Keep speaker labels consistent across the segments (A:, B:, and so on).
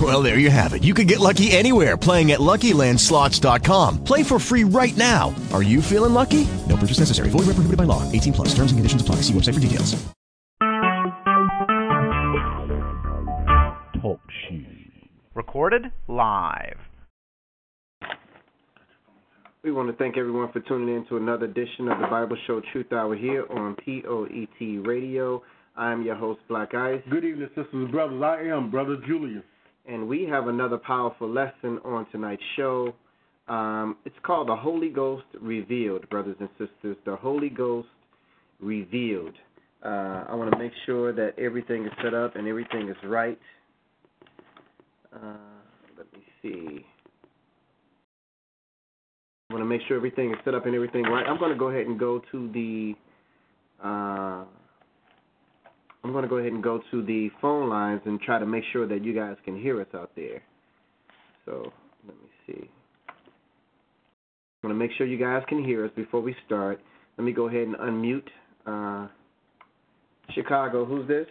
A: Well, there you have it. You can get lucky anywhere playing at LuckyLandSlots.com. Play for free right now. Are you feeling lucky? No purchase necessary. Void where prohibited by law. 18 plus. Terms and conditions apply. See website for details.
B: Talk shoes. Recorded live.
C: We want to thank everyone for tuning in to another edition of the Bible Show Truth Hour here on POET Radio. I'm your host, Black Ice.
D: Good evening, sisters and brothers. I am Brother Julian.
C: And we have another powerful lesson on tonight's show. Um, it's called The Holy Ghost Revealed, brothers and sisters. The Holy Ghost Revealed. Uh, I want to make sure that everything is set up and everything is right. Uh, let me see. I want to make sure everything is set up and everything right. I'm going to go ahead and go to the. Uh, I'm going to go ahead and go to the phone lines and try to make sure that you guys can hear us out there. So let me see. I want to make sure you guys can hear us before we start. Let me go ahead and unmute. Uh, Chicago, who's this?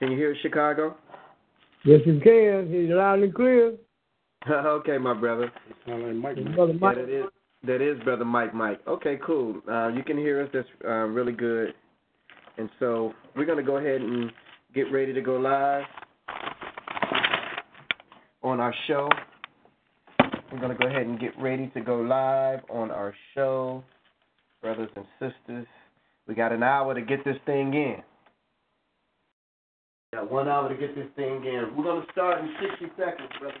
C: Can you hear us, Chicago?
E: Yes, you can. He's loud and clear.
C: okay, my brother.
E: Brother
C: Yeah,
E: Mike.
C: that is that is brother Mike. Mike. Okay, cool. Uh, you can hear us. That's uh, really good. And so we're gonna go ahead and get ready to go live on our show. We're gonna go ahead and get ready to go live on our show, brothers and sisters. We got an hour to get this thing in. Got one hour to get this thing in. We're gonna start in 60 seconds, brother.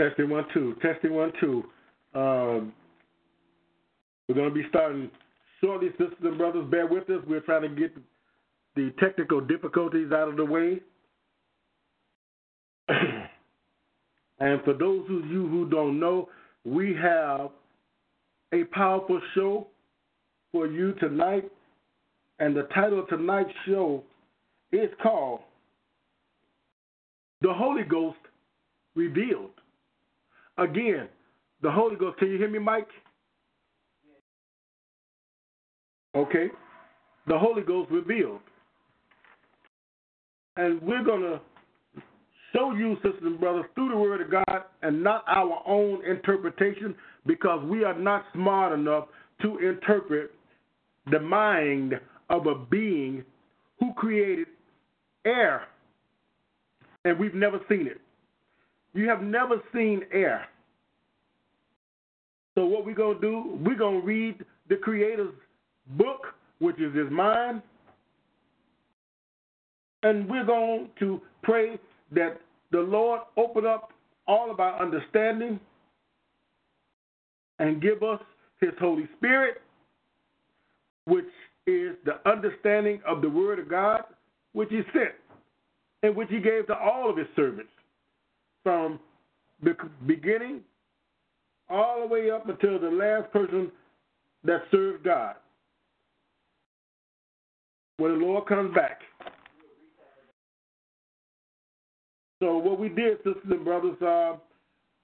D: Testing one, two. Testing one, two. Um, we're going to be starting shortly, sisters and brothers. Bear with us. We're trying to get the technical difficulties out of the way. and for those of you who don't know, we have a powerful show for you tonight. And the title of tonight's show is called The Holy Ghost Revealed. Again, the Holy Ghost. Can you hear me, Mike? Okay. The Holy Ghost revealed. And we're going to show you, sisters and brothers, through the Word of God and not our own interpretation because we are not smart enough to interpret the mind of a being who created air and we've never seen it. You have never seen air. So what we're gonna do, we're gonna read the creator's book, which is his mind, and we're going to pray that the Lord open up all of our understanding and give us his Holy Spirit, which is the understanding of the word of God, which he sent, and which he gave to all of his servants from the c- beginning all the way up until the last person that served God. When the Lord comes back. So, what we did, sisters and brothers, uh,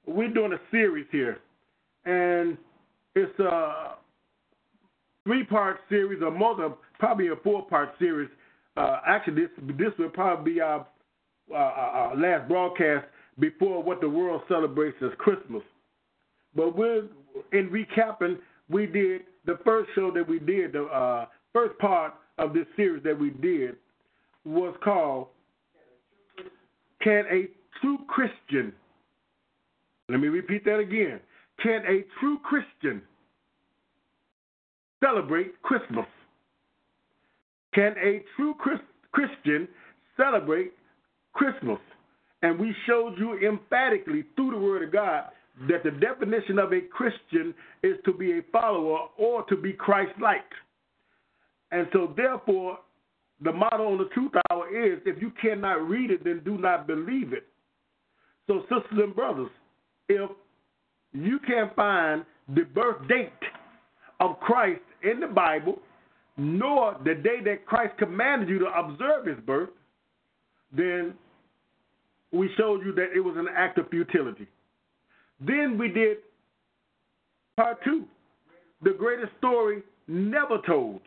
D: we're doing a series here. And it's a three part series, or more than probably a four part series. Uh, actually, this, this will probably be our uh, our our last broadcast before what the world celebrates as Christmas. But we're in recapping. We did the first show that we did. The uh, first part of this series that we did was called "Can a True Christian." Let me repeat that again. Can a true Christian celebrate Christmas? Can a true Chris- Christian celebrate Christmas. And we showed you emphatically through the Word of God that the definition of a Christian is to be a follower or to be Christ like. And so, therefore, the motto on the Truth Hour is if you cannot read it, then do not believe it. So, sisters and brothers, if you can't find the birth date of Christ in the Bible, nor the day that Christ commanded you to observe his birth, then we showed you that it was an act of futility. Then we did part two the greatest story never told.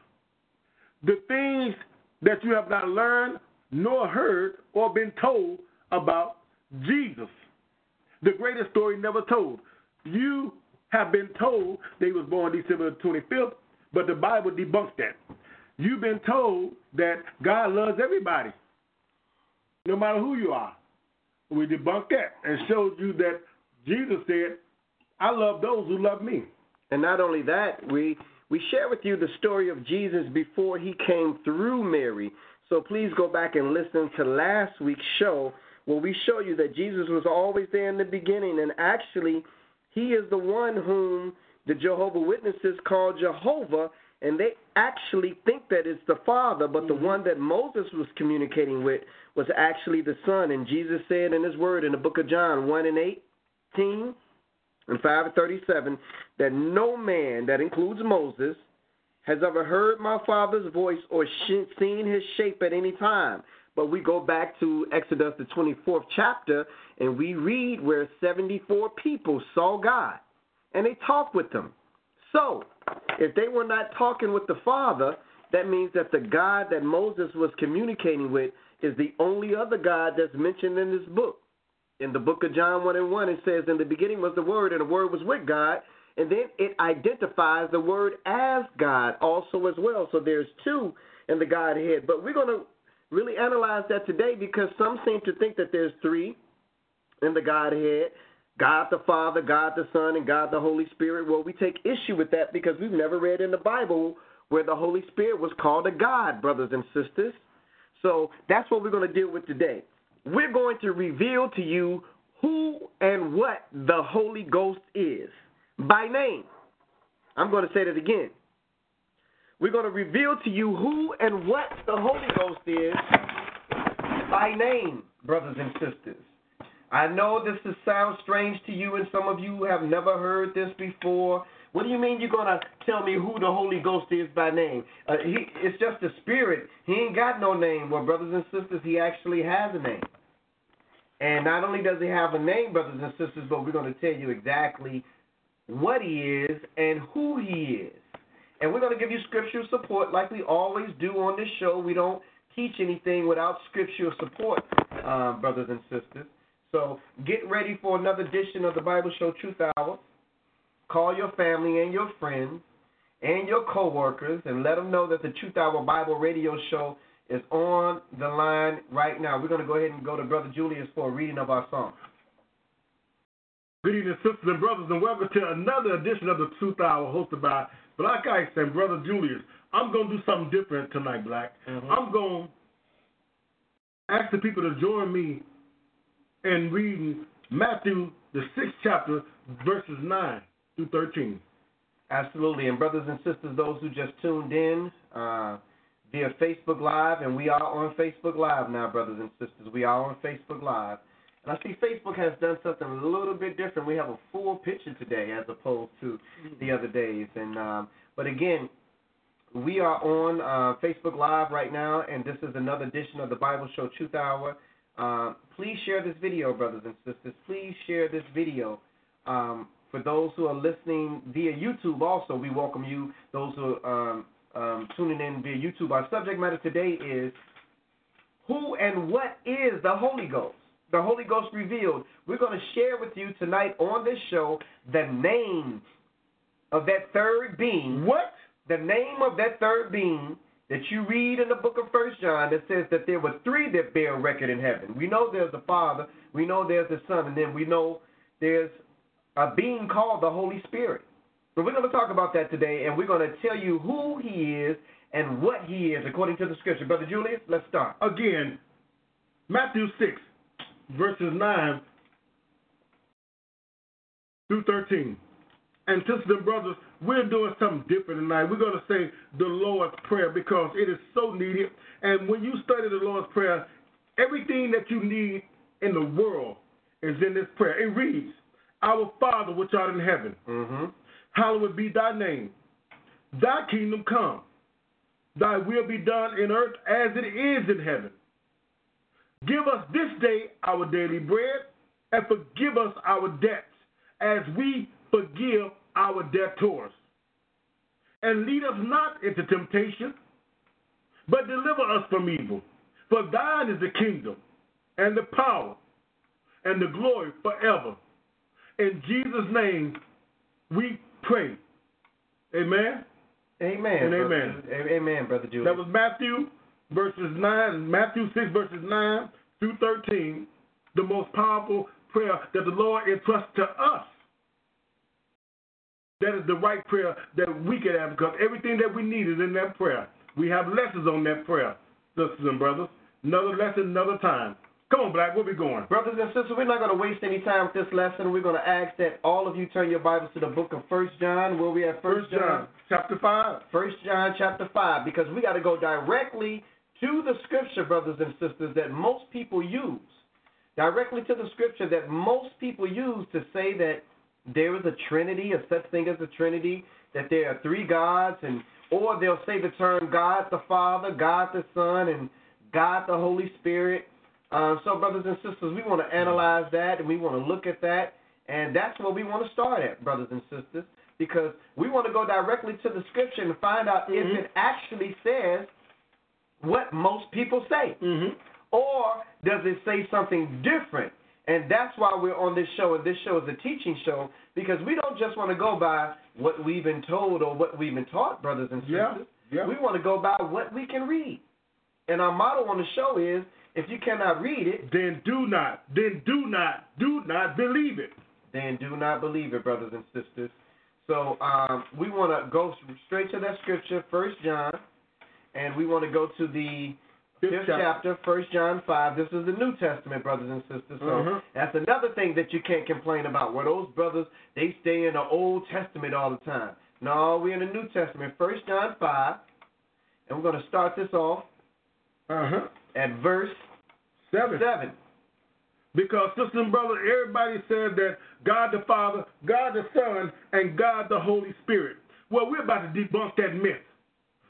D: The things that you have not learned, nor heard, or been told about Jesus. The greatest story never told. You have been told that he was born December 25th, but the Bible debunks that. You've been told that God loves everybody, no matter who you are. We debunked that and showed you that Jesus said, I love those who love me.
C: And not only that, we we share with you the story of Jesus before he came through Mary. So please go back and listen to last week's show where we show you that Jesus was always there in the beginning and actually he is the one whom the Jehovah Witnesses call Jehovah and they actually think that it's the Father, but the one that Moses was communicating with was actually the Son. And Jesus said in his word in the book of John 1 and 18, and 537 that no man, that includes Moses, has ever heard my father's voice or sh- seen his shape at any time. But we go back to Exodus, the 24th chapter, and we read where 74 people saw God and they talked with him. So, if they were not talking with the Father, that means that the God that Moses was communicating with is the only other God that's mentioned in this book in the book of John 1 and 1, it says, In the beginning was the Word, and the Word was with God. And then it identifies the Word as God also as well. So there's two in the Godhead. But we're going to really analyze that today because some seem to think that there's three in the Godhead God the Father, God the Son, and God the Holy Spirit. Well, we take issue with that because we've never read in the Bible where the Holy Spirit was called a God, brothers and sisters. So that's what we're going to deal with today we're going to reveal to you who and what the Holy Ghost is by name. I'm going to say that again. We're going to reveal to you who and what the Holy Ghost is by name, brothers and sisters. I know this is, sounds strange to you, and some of you have never heard this before. What do you mean you're going to tell me who the Holy Ghost is by name? Uh, he, it's just the Spirit. He ain't got no name. Well, brothers and sisters, he actually has a name. And not only does he have a name, brothers and sisters, but we're going to tell you exactly what he is and who he is. And we're going to give you scriptural support like we always do on this show. We don't teach anything without scriptural support, uh, brothers and sisters. So get ready for another edition of the Bible Show Truth Hour. Call your family and your friends and your coworkers and let them know that the Truth Hour Bible Radio Show is on the line right now. We're going to go ahead and go to Brother Julius for a reading of our song.
D: Good evening, sisters and brothers, and welcome to another edition of the Truth Hour hosted by Black Ice and Brother Julius. I'm going to do something different tonight, Black. I'm going to ask the people to join me in reading Matthew, the sixth chapter, verses 9 through 13.
C: Absolutely. And brothers and sisters, those who just tuned in uh, via Facebook Live, and we are on Facebook Live now, brothers and sisters. We are on Facebook Live. And I see Facebook has done something a little bit different. We have a full picture today as opposed to the other days. And um, But again, we are on uh, Facebook Live right now, and this is another edition of the Bible Show Truth Hour. Uh, please share this video, brothers and sisters. Please share this video. Um, for those who are listening via YouTube, also, we welcome you, those who are um, um, tuning in via YouTube. Our subject matter today is who and what is the Holy Ghost? The Holy Ghost revealed. We're going to share with you tonight on this show the name of that third being. What? The name of that third being that you read in the book of First John that says that there were three that bear record in heaven. We know there's the Father, we know there's the Son, and then we know there's a being called the Holy Spirit. But we're going to talk about that today, and we're going to tell you who He is and what He is according to the Scripture. Brother Julius, let's start.
D: Again, Matthew 6, verses 9 through 13. And sisters and brothers, we're doing something different tonight. We're going to say the Lord's Prayer because it is so needed. And when you study the Lord's Prayer, everything that you need in the world is in this prayer. It reads, Our Father which art in heaven, hallowed be thy name. Thy kingdom come. Thy will be done in earth as it is in heaven. Give us this day our daily bread, and forgive us our debts, as we forgive our debtors. And lead us not into temptation, but deliver us from evil. For thine is the kingdom, and the power, and the glory forever. In Jesus' name, we pray. Amen.
C: Amen.
D: And
C: brother
D: amen.
C: Jude. A- Amen, brother Julius.
D: That was Matthew verses nine, Matthew six verses nine through thirteen, the most powerful prayer that the Lord entrusts to us. That is the right prayer that we can have because everything that we need is in that prayer. We have lessons on that prayer, sisters and brothers. Another lesson, another time. Come on, Black, where we going?
C: Brothers and sisters, we're not going to waste any time with this lesson. We're going to ask that all of you turn your Bibles to the book of First John, where we have First
D: First
C: John,
D: John chapter five.
C: First John chapter five, because we got to go directly to the scripture, brothers and sisters, that most people use, directly to the scripture that most people use to say that there is a Trinity, a such thing as a Trinity, that there are three gods, and or they'll say the term God the Father, God the Son, and God the Holy Spirit. Uh, so, brothers and sisters, we want to analyze that and we want to look at that, and that's where we want to start at, brothers and sisters, because we want to go directly to the scripture and find out if it actually says what most people say.
D: Mm-hmm.
C: Or does it say something different? And that's why we're on this show, and this show is a teaching show because we don't just want to go by what we've been told or what we've been taught, brothers and
D: Yeah,
C: sisters.
D: yeah.
C: We want to go by what we can read. And our motto on the show is if you cannot read it,
D: Then do not, then do not, do not believe it.
C: then do not believe it, brothers and sisters. So um, we want to go straight to that scripture, First John, and we want to go to the
D: Fifth
C: fifth,
D: chapter.
C: chapter, First John five. This is the New Testament, brothers and sisters. So
D: Mhm.
C: that's another thing that you can't complain about. Where those brothers they stay in the Old Testament all the time. No, we're in the New Testament, First John five, and we're going to start this off
D: Uh huh.
C: at verse
D: Seven.
C: seven.
D: Because, sister and brother, everybody says that God the Father, God the Son, and God the Holy Spirit. Well, we're about to debunk that myth.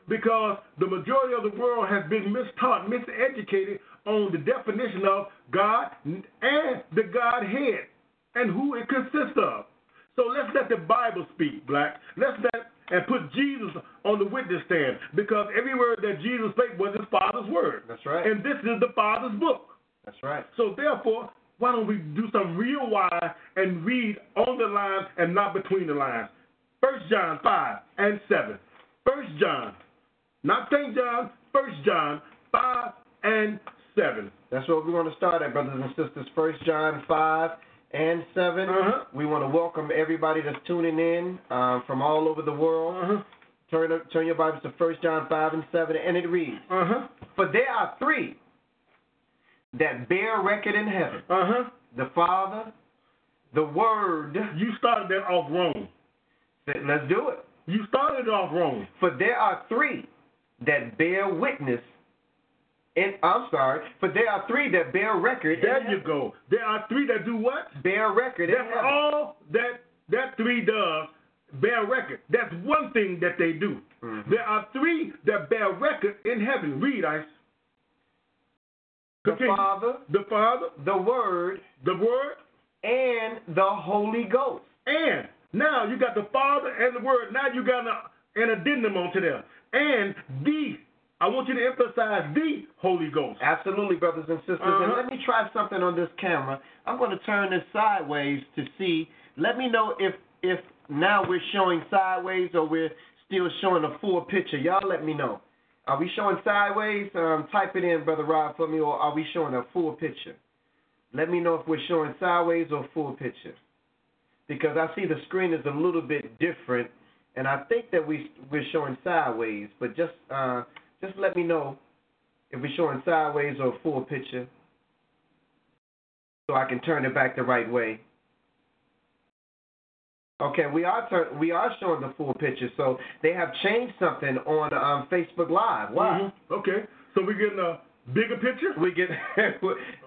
D: Because the majority of the world has been mistaught, miseducated on the definition of God and the Godhead and who it consists of. So let's let the Bible speak, Black. Let's let and put Jesus on the witness stand because every word that Jesus spake was his Father's word.
C: That's right.
D: And this is the Father's book.
C: That's right.
D: So therefore, why don't we do some real wise and read on the lines and not between the lines? First John five and seven. First John, not Saint John. First John five and seven.
C: That's where we want to start at, brothers and sisters. First John five and 7
D: Uh-huh.
C: We want to welcome everybody that's tuning in um, from all over the world.
D: Uh
C: Turn up, turn your Bibles to First John five and seven, and it reads:
D: huh. Uh
C: For there are three that bear record in heaven:
D: huh. Uh huh.
C: the Father, the Word.
D: You started that off wrong.
C: Let's do it.
D: You started it off wrong.
C: For there are three that bear witness. In, I'm sorry. For there are three that bear record. in
D: There you
C: heaven.
D: go. There are three that do what?
C: Bear record. in
D: That's
C: heaven.
D: all that that three does bear record. That's one thing that they do.
C: Mm-hmm.
D: There are three that bear record in heaven. Read, Ice.
C: The
D: Continue.
C: Father,
D: the Father,
C: the Word,
D: the Word,
C: and the Holy Ghost.
D: and now you got the Father and the Word. Now you got an, an addendum onto there. And the, I want you to emphasize the Holy Ghost.
C: Absolutely, brothers and sisters. And
D: Uh-huh.
C: let me try something on this camera. I'm going to turn this sideways to see. Let me know if if now we're showing sideways or we're still showing a full picture. Y'all let me know. Are we showing sideways? Um, type it in, brother Rob, for me, or are we showing a full picture? Let me know if we're showing sideways or full picture, because I see the screen is a little bit different, and I think that we we're showing sideways. But just uh, just let me know if we're showing sideways or a full picture so I can turn it back the right way. Okay, we are turn, we are showing the full picture, so they have changed something on um, Facebook Live. Why?
D: Mhm. Okay, so we're getting a bigger picture.
C: We get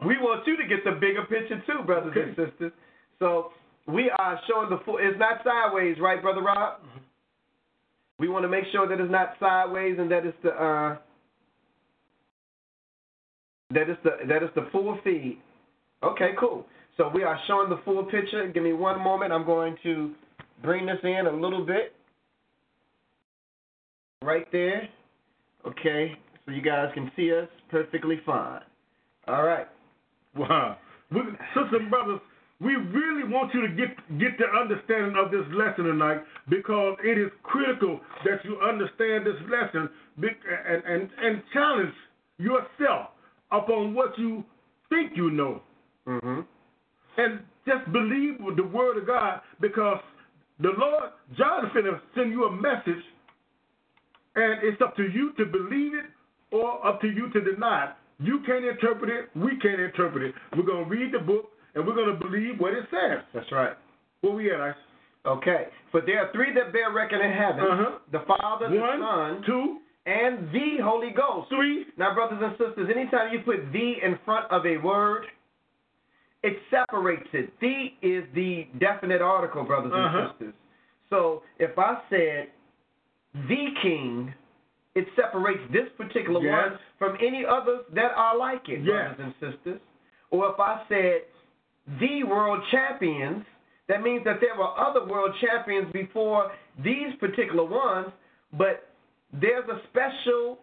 C: we want you to get the bigger picture too, brothers and sisters. So we are showing the full. It's not sideways, right, brother Rob?
D: Mm-hmm.
C: We want to make sure that it's not sideways and that it's the uh, that it's the that it's the full feed. Okay, cool. So we are showing the full picture. Give me one moment. I'm going to bring this in a little bit. Right there. Okay, so you guys can see us perfectly fine. All right.
D: Wow. We, sisters and brothers, we really want you to get get the understanding of this lesson tonight because it is critical that you understand this lesson be- and, and, and challenge yourself upon what you think you know.
C: Mhm.
D: And just believe with the word of God because the Lord, John is going send you a message, and it's up to you to believe it or up to you to deny it. You can't interpret it. We can't interpret it. We're going to read the book, and we're going to believe what it says.
C: That's right.
D: Where we at, Ice?
C: Okay. For there are three that bear record in heaven:
D: Uh-huh.
C: the Father, the Son,
D: One, two,
C: and the Holy Ghost.
D: three.
C: Now, brothers and sisters, anytime you put the in front of a word, it separates it. The is the definite article, brothers
D: Uh-huh.
C: and sisters. So if I said the king, it separates this particular
D: Yes.
C: one from any others that are like it,
D: Yes.
C: brothers and sisters. Or if I said the world champions, that means that there were other world champions before these particular ones, but there's a special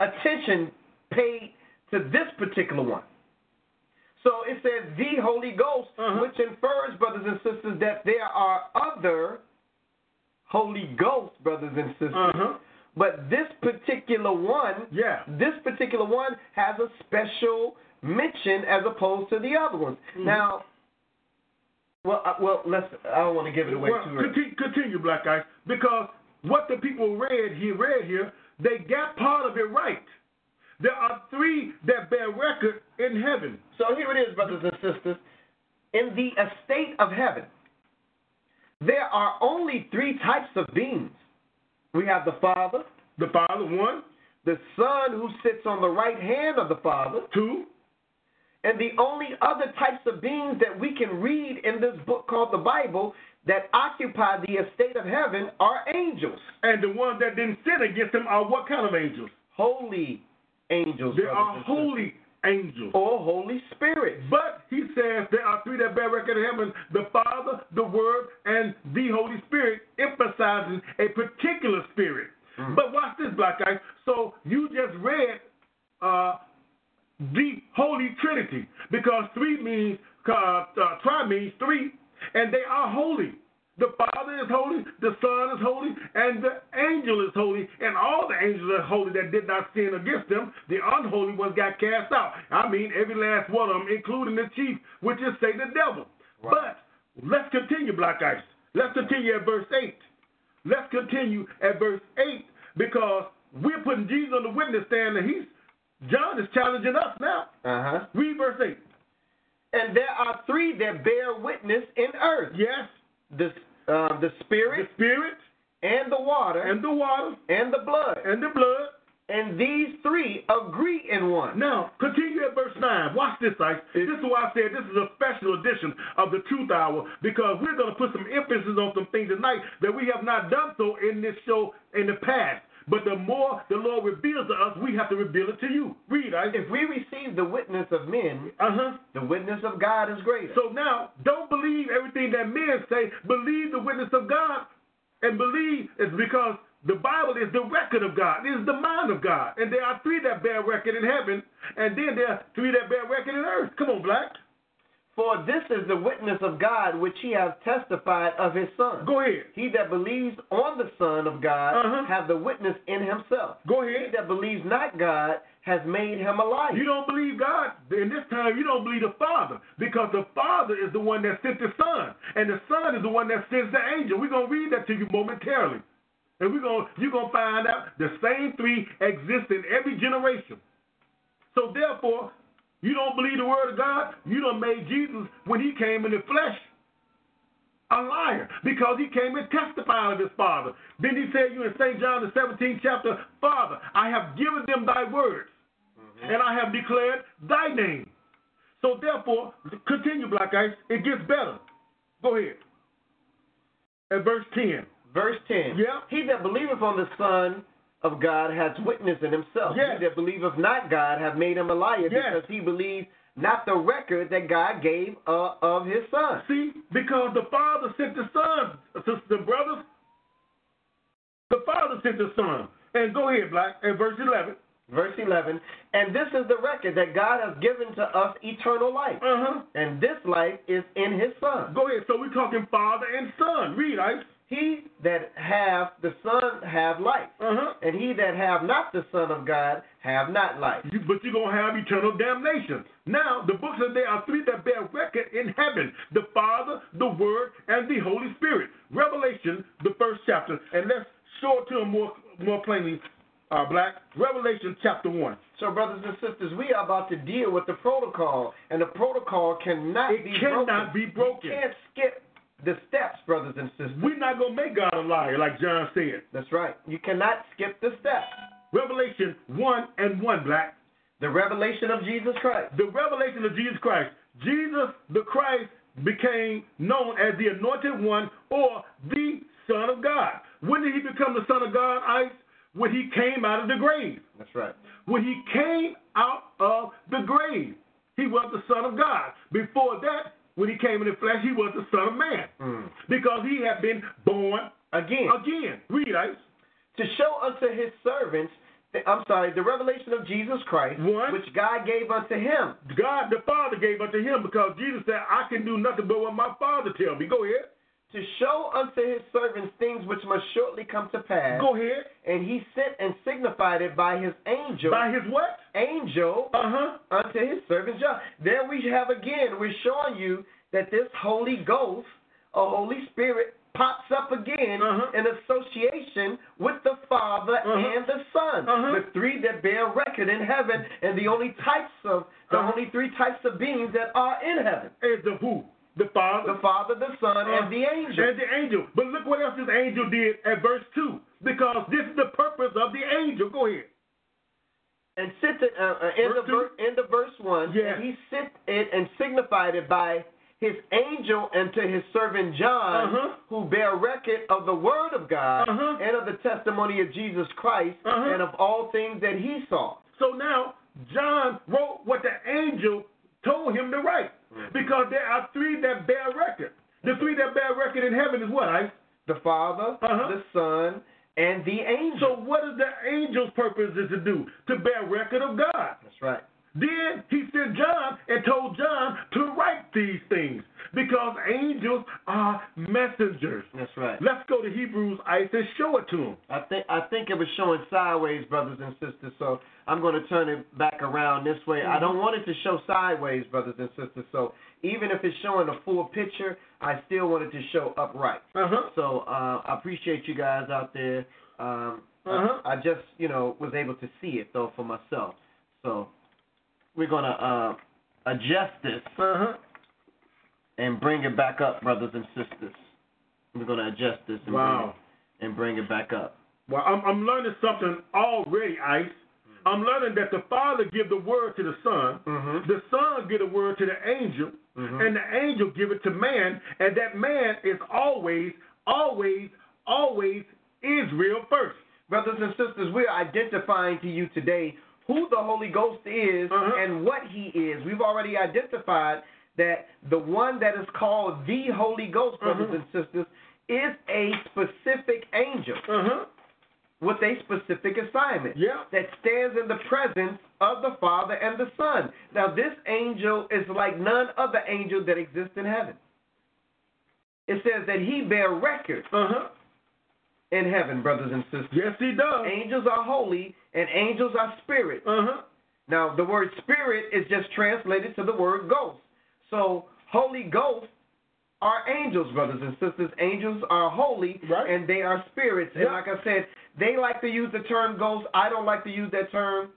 C: attention paid to this particular one. So it says the Holy Ghost,
D: Uh-huh.
C: which infers, brothers and sisters, that there are other Holy Ghosts, brothers and sisters.
D: Uh-huh.
C: But this particular one,
D: Yeah.
C: this particular one has a special mention as opposed to the other ones.
D: Mm-hmm.
C: Now, well, uh, well, let's. I don't want to give it away
D: Well,
C: too early.
D: continue, continue, Black Ice, because what the people read here, read here, they got part of it right. There are three that bear record in heaven.
C: So here it is, brothers and sisters. In the estate of heaven, there are only three types of beings. We have the Father,
D: The Father, one,
C: the Son who sits on the right hand of the Father,
D: two,
C: and the only other types of beings that we can read in this book called the Bible that occupy the estate of heaven are angels,
D: and the ones that didn't sin against him are what kind of angels?
C: holy angels.
D: They
C: brothers
D: are
C: and sisters,
D: holy angels.
C: or Holy Spirit.
D: But he says there are three that bear record in heaven the Father, the Word, and the Holy Spirit, emphasizing a particular spirit. But watch this, Black Guys. So you just read uh, the Holy Trinity because three means, uh, uh, tri means three, and they are holy. The Father is holy, the Son is holy, and the angel is holy, and all the angels are holy that did not sin against them. The unholy ones got cast out. I mean, every last one of them, including the chief, which is Satan the devil. But let's continue, Black Ice. Let's continue at verse 8. Let's continue at verse 8 because we're putting Jesus on the witness stand, and he's John is challenging us now.
C: Uh huh.
D: Read verse 8.
C: And there are three that bear witness in earth.
D: Yes,
C: the uh, the
D: the
C: spirit
D: Spirit,
C: and the water
D: and the water,
C: and the blood,
D: and the blood.
C: and these three agree in one.
D: Now, continue at verse 9. Watch this, Ice. This is why I said this is a special edition of the Truth Hour because we're going to put some emphasis on some things tonight that we have not done so in this show in the past. But the more the Lord reveals to us, we have to reveal it to you. Read, Ice.
C: If we receive the witness of men,
D: Uh huh.
C: the witness of God is greater.
D: So now, don't believe everything that men say. Believe the witness of God, and believe is because the Bible is the record of God. It is the mind of God, and there are three that bear record in heaven, and then there are three that bear record in earth. Come on, Black.
C: For this is the witness of God which he has testified of his Son.
D: Go ahead.
C: He that believes on the Son of God
D: Uh-huh.
C: have the witness in himself.
D: Go
C: He
D: ahead.
C: that believes not God has made him a liar.
D: You don't believe God, then this time you don't believe the Father, because the Father is the one that sent the Son, and the Son is the one that sends the angel. We're gonna read that to you momentarily, and we're gonna you're gonna find out the same three exist in every generation. So therefore, you don't believe the Word of God. You don't made Jesus when He came in the flesh. a liar because he came and testified of his father. Then he said you in St. John the 17th chapter, Father, I have given them thy words,
C: Mm-hmm.
D: and I have declared thy name. So therefore, continue, Black Ice. It gets better. Go ahead. At verse 10.
C: Verse 10.
D: Yeah.
C: He that believeth on the Son of God hath witness in himself.
D: Yes.
C: He that believeth not God hath made him a liar
D: Yes.
C: because he believed not the record that God gave uh, of his Son.
D: See, because the Father sent the Son, sisters and brothers. The Father sent the Son. And go ahead, Black, at verse 11.
C: Verse 11. And this is the record that God hath given to us eternal life.
D: Uh
C: And this life is in his
D: huh.
C: Son.
D: Go ahead. So we're talking Father and Son. Read, Ice.
C: He that hath the Son hath life.
D: Uh huh.
C: And he that have not the Son of God have not life.
D: You, but you're going to have eternal damnation. Now, the book says there are three that bear record in heaven the Father, the Word, and the Holy Spirit. Revelation, the first chapter. And let's show it to them more, more plainly, uh, Black. Revelation chapter 1.
C: So, brothers and sisters, we are about to deal with the protocol, and the protocol cannot
D: It
C: be broken.
D: cannot be broken.
C: You can't skip the steps, brothers and sisters.
D: We're not going to make God a liar, like John said.
C: That's right. You cannot skip the steps.
D: Revelation 1 and 1, Black.
C: The revelation of Jesus Christ.
D: The revelation of Jesus Christ. Jesus the Christ became known as the anointed one or the Son of God. When did he become the Son of God, Ice? When he came out of the grave.
C: That's right.
D: When he came out of the grave, he was the Son of God. Before that, when he came in the flesh, he was the Son of Man
C: Mm.
D: because he had been born
C: Again,
D: again. Read, Ice.
C: to show unto his servants, the, I'm sorry, the revelation of Jesus Christ,
D: What?
C: which God gave unto him.
D: God the Father gave unto him because Jesus said, I can do nothing but what my Father tell me. Go ahead.
C: To show unto his servants things which must shortly come to pass.
D: Go ahead.
C: And he sent and signified it by his angel.
D: By his what?
C: angel
D: Uh huh.
C: unto his servant John. There we have again, we're showing you that this Holy Ghost or Holy Spirit pops up again
D: Uh-huh.
C: in association with the Father
D: Uh-huh.
C: and the Son.
D: Uh-huh.
C: The three that bear record in heaven and the only types of the
D: Uh-huh.
C: only three types of beings that are in heaven.
D: Is the who? The Father.
C: The Father, the Son, and the angel.
D: Uh-huh. And the angel. But look what else this angel did at verse 2. Because this is the purpose of the angel. Go ahead.
C: and sent it uh, uh, in
D: Verse
C: the
D: two?
C: ver- in the verse one.
D: Yeah.
C: And he sent it and signified it by his angel unto his servant John,
D: Uh-huh.
C: who bear record of the word of God
D: Uh-huh.
C: and of the testimony of Jesus Christ
D: Uh-huh.
C: and of all things that he saw.
D: So now John wrote what the angel told him to write.
C: Mm-hmm.
D: Because there are three that bear record. The three that bear record in heaven is what? I.
C: The Father,
D: Uh-huh.
C: the Son, and the
D: So
C: angel.
D: what is the angel's purpose is to do? To bear record of God.
C: That's right.
D: Then he sent John and told John to write these things because angels are messengers.
C: That's right.
D: Let's go to Hebrews ice and show it to him.
C: I think I think it was showing sideways, brothers and sisters. So I'm going to turn it back around this way. I
D: Mm-hmm.
C: don't want it to show sideways, brothers and sisters. So even if it's showing a full picture, I still want it to show upright.
D: Uh-huh.
C: So uh, I appreciate you guys out there. Um, I-
D: Uh-huh.
C: I, just you know was able to see it though for myself. So we're going to uh, adjust this
D: Uh-huh.
C: and bring it back up, brothers and sisters. We're going to adjust this and,
D: Wow.
C: bring, it, and bring it back up.
D: Well, I'm, I'm learning something already, Ice.
C: Mm-hmm.
D: I'm learning that the Father give the word to the Son,
C: Mhm.
D: the Son give the word to the angel,
C: Mm-hmm.
D: and the angel give it to man, and that man is always, always, always Israel first.
C: Brothers and sisters, we're identifying to you today who the Holy Ghost is
D: Uh-huh.
C: and what he is. We've already identified that the one that is called the Holy Ghost, brothers
D: Mm-hmm.
C: and sisters, is a specific angel
D: Uh-huh.
C: with a specific assignment
D: Yeah.
C: that stands in the presence of the Father and the Son. Now, this angel is like none other angel that exists in heaven. It says that he bear record
D: Uh-huh.
C: in heaven, brothers and sisters.
D: Yes, he does.
C: Angels are holy and angels are spirit.
D: Uh-huh.
C: Now, the word spirit is just translated to the word ghost. So, Holy Ghost are angels, brothers and sisters. Angels are holy
D: Right.
C: and they are spirits. And
D: Yeah.
C: like I said, they like to use the term ghost. I don't like to use that term.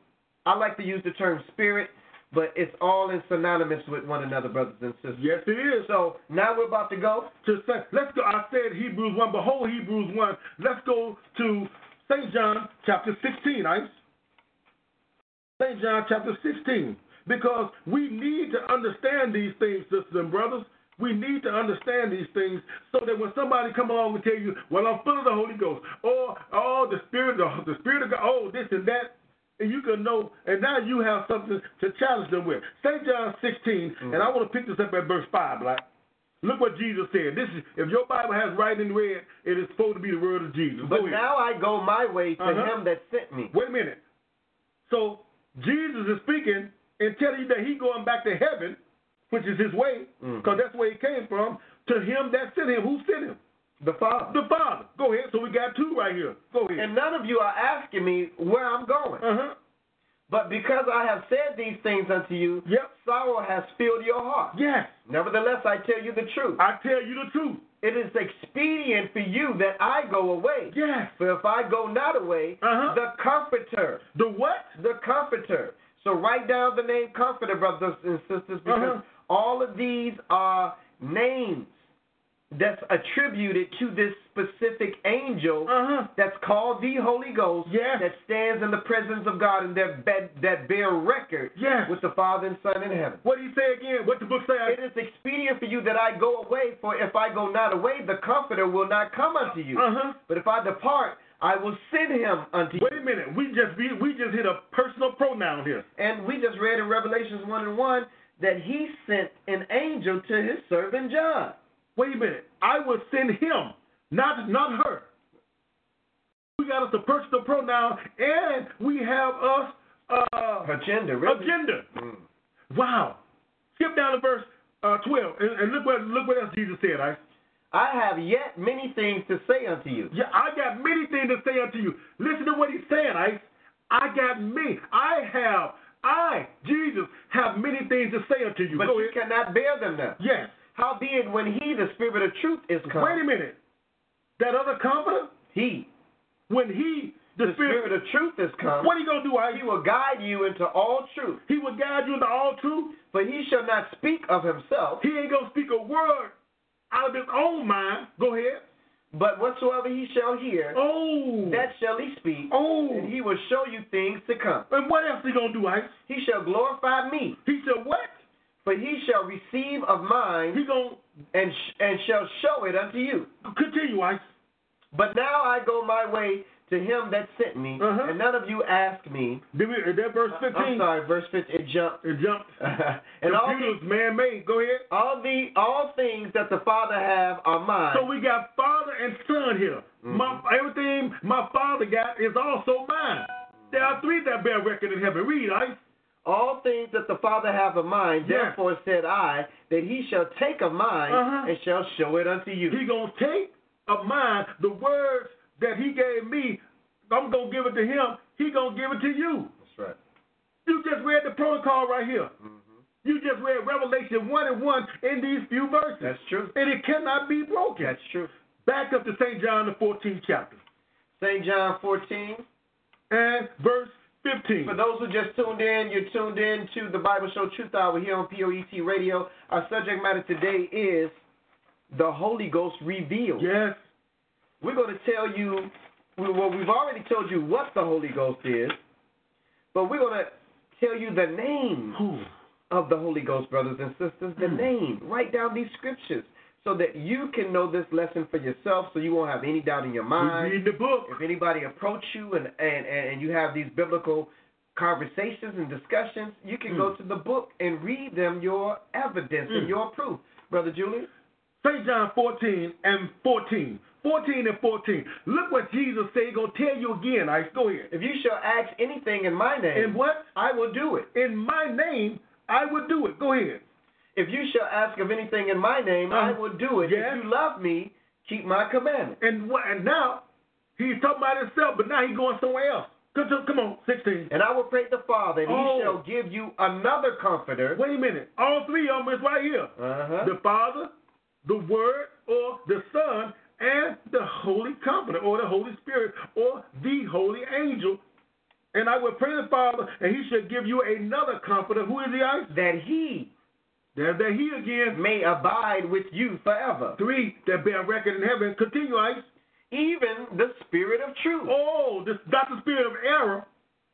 C: I like to use the term spirit but it's all in synonymous with one another, brothers and sisters.
D: Yes, it is.
C: So now we're about to go.
D: to say, let's go. I said Hebrews 1, behold Hebrews 1. Let's go to St. John chapter 16, Ice. St. John chapter 16. Because we need to understand these things, sisters and brothers. We need to understand these things so that when somebody come along and tell you, well, I'm full of the Holy Ghost, or, oh, the Spirit of, the Spirit of God, oh, this and that, and you can know, and now you have something to challenge them with. St. John 16, and
C: Mm-hmm.
D: I want to pick this up at verse 5, Black. Look what Jesus said. This is if your Bible has right in red, it is supposed to be the word of Jesus.
C: But
D: Go ahead.
C: now I go my way to
D: Uh-huh.
C: him that sent me.
D: wait a minute. So Jesus is speaking and telling you that he going back to heaven, which is his way,
C: Mm.
D: because that's where he came from. To him that sent him, who sent him?
C: The Father.
D: The Father. Go ahead. So we got two right here. Go ahead.
C: And none of you are asking me where I'm going.
D: uh-huh.
C: But because I have said these things unto you,
D: Yep.
C: sorrow has filled your heart.
D: Yes,
C: Nevertheless, I tell you the truth.
D: I tell you the truth.
C: it is expedient for you that I go away.
D: Yes.
C: For if I go not away,
D: Uh-huh.
C: the Comforter,
D: The what?
C: the Comforter. So write down the name Comforter, brothers and sisters, because
D: Uh-huh.
C: all of these are names that's attributed to this specific angel
D: Uh-huh.
C: that's called the Holy Ghost
D: Yes.
C: that stands in the presence of God and that, that, that bear record
D: Yes.
C: with the Father and Son in heaven.
D: What he say again? What the book say?
C: It is expedient for you that I go away, for if I go not away, the Comforter will not come unto you.
D: Uh-huh.
C: But if I depart, I will send him unto you.
D: Wait a minute. We just we, we just hit a personal pronoun here.
C: And we just read in Revelations 1 and 1 that he sent an angel to his servant John.
D: Wait a minute. I will send him, not not her. We got us a personal pronoun, and we have us uh,
C: Her gender,
D: a
C: really? Mm.
D: gender. Wow. Skip down to verse uh, twelve, and, and look what look what else Jesus said. I
C: I have yet many things to say unto you.
D: yeah, I got many things to say unto you. Listen to what he's saying. I I got me. I have I Jesus have many things to say unto you.
C: But
D: Go
C: you
D: ahead.
C: cannot bear them now.
D: Yes.
C: Howbeit, when he, the Spirit of truth, is come,
D: Wait a minute. That other comforter,
C: he,
D: when he the,
C: the Spirit of truth, is come,
D: What he gonna do? I
C: he will guide you into all truth.
D: he will guide you into all truth.
C: For he shall not speak of himself,
D: He ain't gonna speak a word out of his own mind. Go ahead.
C: but whatsoever he shall hear,
D: Oh,
C: that shall he speak,
D: oh.
C: and he will show you things to come.
D: And what else he gonna do? Ice?
C: He shall glorify me,
D: He said what?
C: for he shall receive of
D: He
C: mine,
D: gonna
C: and sh- and shall show it unto you.
D: continue. Ice.
C: But now I go my way to him that sent me,
D: Uh-huh.
C: and none of you ask me.
D: Did we, is that verse
C: I'm
D: fifteen?
C: sorry, verse 15, it jumped.
D: It jumped.
C: and all
D: Computers,
C: the,
D: man made. Go ahead.
C: all the all things that the Father have are mine.
D: So we got father and son here.
C: Mm-hmm.
D: My, everything my father got is also mine. There are three that bear record in heaven. Read, Ice.
C: All things that the Father have of mine,
D: Yeah.
C: therefore said I, that he shall take of mine
D: Uh-huh.
C: and shall show it unto you.
D: He gonna take of mine the words that he gave me. I'm gonna give it to him. He gonna give it to you.
C: That's right. Mm-hmm.
D: You just read the protocol right here. You just read Revelation one and one in these few verses.
C: That's true.
D: And it cannot be broken.
C: That's true.
D: Back up to St. John the 14th chapter
C: St. John 14.
D: and verse 15.
C: For those who just tuned in, you're tuned in to the Bible Show Truth Hour here on POET Radio. Our subject matter today is the Holy Ghost revealed.
D: yes.
C: We're going to tell you, well, we've already told you what the Holy Ghost is, but we're going to tell you the name
D: Whew. Hmm.
C: of the Holy Ghost, brothers and sisters, the name. Write down these scriptures so that you can know this lesson for yourself so you won't have any doubt in your
D: We
C: mind.
D: read the book.
C: If anybody approach you and, and, and, and you have these biblical conversations and discussions, you can go
D: Hmm.
C: to the book and read them your evidence and your proof. Brother Julian?
D: St. Mm. John 14 and 14. 14 and 14. Look what Jesus said. He gonna tell you again. I go here.
C: If you shall ask anything in my name,
D: And what?
C: I will do it.
D: In my name, I will do it. Go ahead.
C: If you shall ask of anything in my name, I
D: Um,
C: will do it.
D: yes.
C: If you love me, keep my commandments.
D: And what? And now he's talking about himself, but now he's going somewhere else. Come, to- come on, sixteen.
C: And I will pray the Father, and
D: Oh.
C: he shall give you another comforter.
D: Wait a minute. All three of them is right here.
C: Uh-huh.
D: The Father, the Word, or the Son, and the Holy Comforter, or the Holy Spirit, or the Holy Angel, And I will pray the Father, and he shall give you another comforter. Who is the I?
C: that he
D: There's that he again.
C: may abide with you forever.
D: Three that bear record in heaven. Continue, Ice.
C: Even the Spirit of truth,
D: Oh, this not the spirit of error,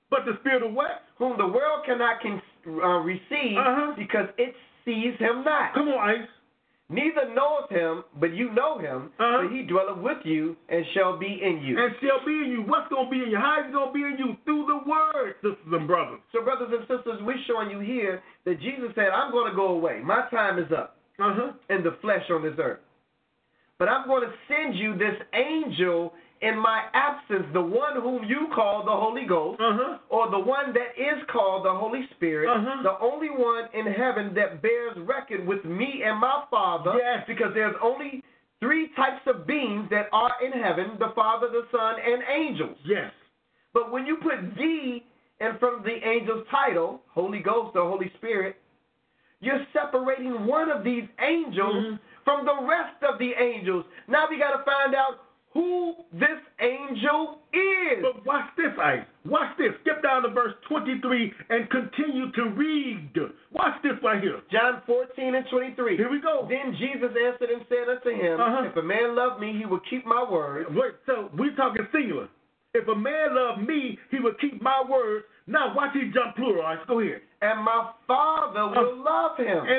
D: but the spirit of what?
C: whom the world cannot con- uh, receive
D: Uh-huh.
C: because it sees him not.
D: Come on, Ice.
C: Neither knoweth him, but you know him,
D: Uh-huh.
C: for he dwelleth with you and shall be in you.
D: And shall be in you. What's going to be in you? How is it going to be in you? Through the word, sisters and brothers.
C: so, brothers and sisters, we're showing you here that Jesus said, I'm going to go away. My time is up
D: Uh huh.
C: in the flesh on this earth. But I'm going to send you this angel in my absence, the one whom you call the Holy Ghost.
D: Uh huh.
C: or the one that is called the Holy Spirit,
D: Uh-huh.
C: the only one in heaven that bears record with me and my Father,
D: Yes.
C: because there's only three types of beings that are in heaven the Father, the Son, and angels.
D: Yes.
C: But when you put the in front of the angel's title, Holy Ghost or Holy Spirit, you're separating one of these angels
D: Mhm.
C: from the rest of the angels. Now we got to find out who this angel is.
D: But watch this, Ice. Watch this. Skip down to verse 23 and continue to read. Watch this right here.
C: John 14 and 23.
D: Here we go.
C: Then Jesus answered and said unto him,
D: Uh-huh.
C: If a man love me, he will keep my word,
D: Wait, so we're talking singular. If a man loved me, he would keep my words. Now watch he jump plural. All right, go here.
C: and my Father will love him, and,
D: Uh-huh.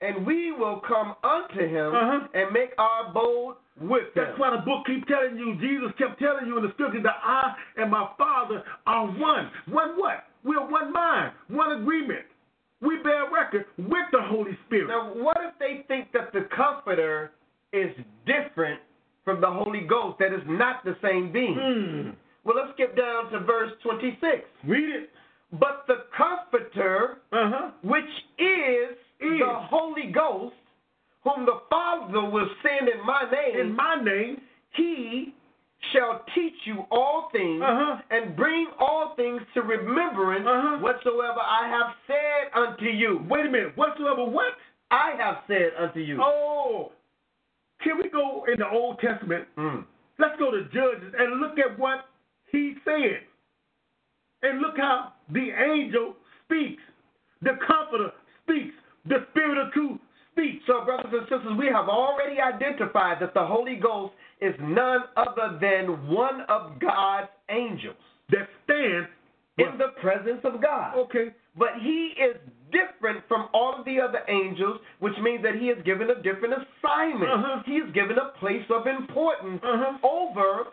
D: And what?
C: we will come unto him
D: Uh-huh.
C: and make our abode with him.
D: That's why the book keep telling you, Jesus kept telling you in the scripture that I and my Father are one. One what? We're one mind, one agreement. We bear record with the Holy Spirit.
C: Now, what if they think that the Comforter is different from the Holy Ghost, that is not the same being?
D: Hmm.
C: Well, let's skip down to verse 26.
D: Read it.
C: But the Comforter
D: Uh-huh.
C: which is,
D: Is.
C: the Holy Ghost, whom the Father will send in my name,
D: In my name.
C: he shall teach you all things
D: Uh-huh.
C: and bring all things to remembrance
D: Uh-huh.
C: whatsoever I have said unto you.
D: Wait a minute. Whatsoever what?
C: I have said unto you.
D: Oh. Can we go in the Old Testament
C: Mm.
D: Let's go to Judges and look at what he said. And look how the angel speaks, the comforter speaks, the spirit of truth speaks.
C: So, brothers and sisters, we have already identified that the Holy Ghost is none other than one of God's angels
D: That stands
C: in the presence of God.
D: okay.
C: But he is different from all of the other angels, which means that he is given a different assignment.
D: Uh-huh.
C: He is given a place of importance
D: Uh-huh.
C: over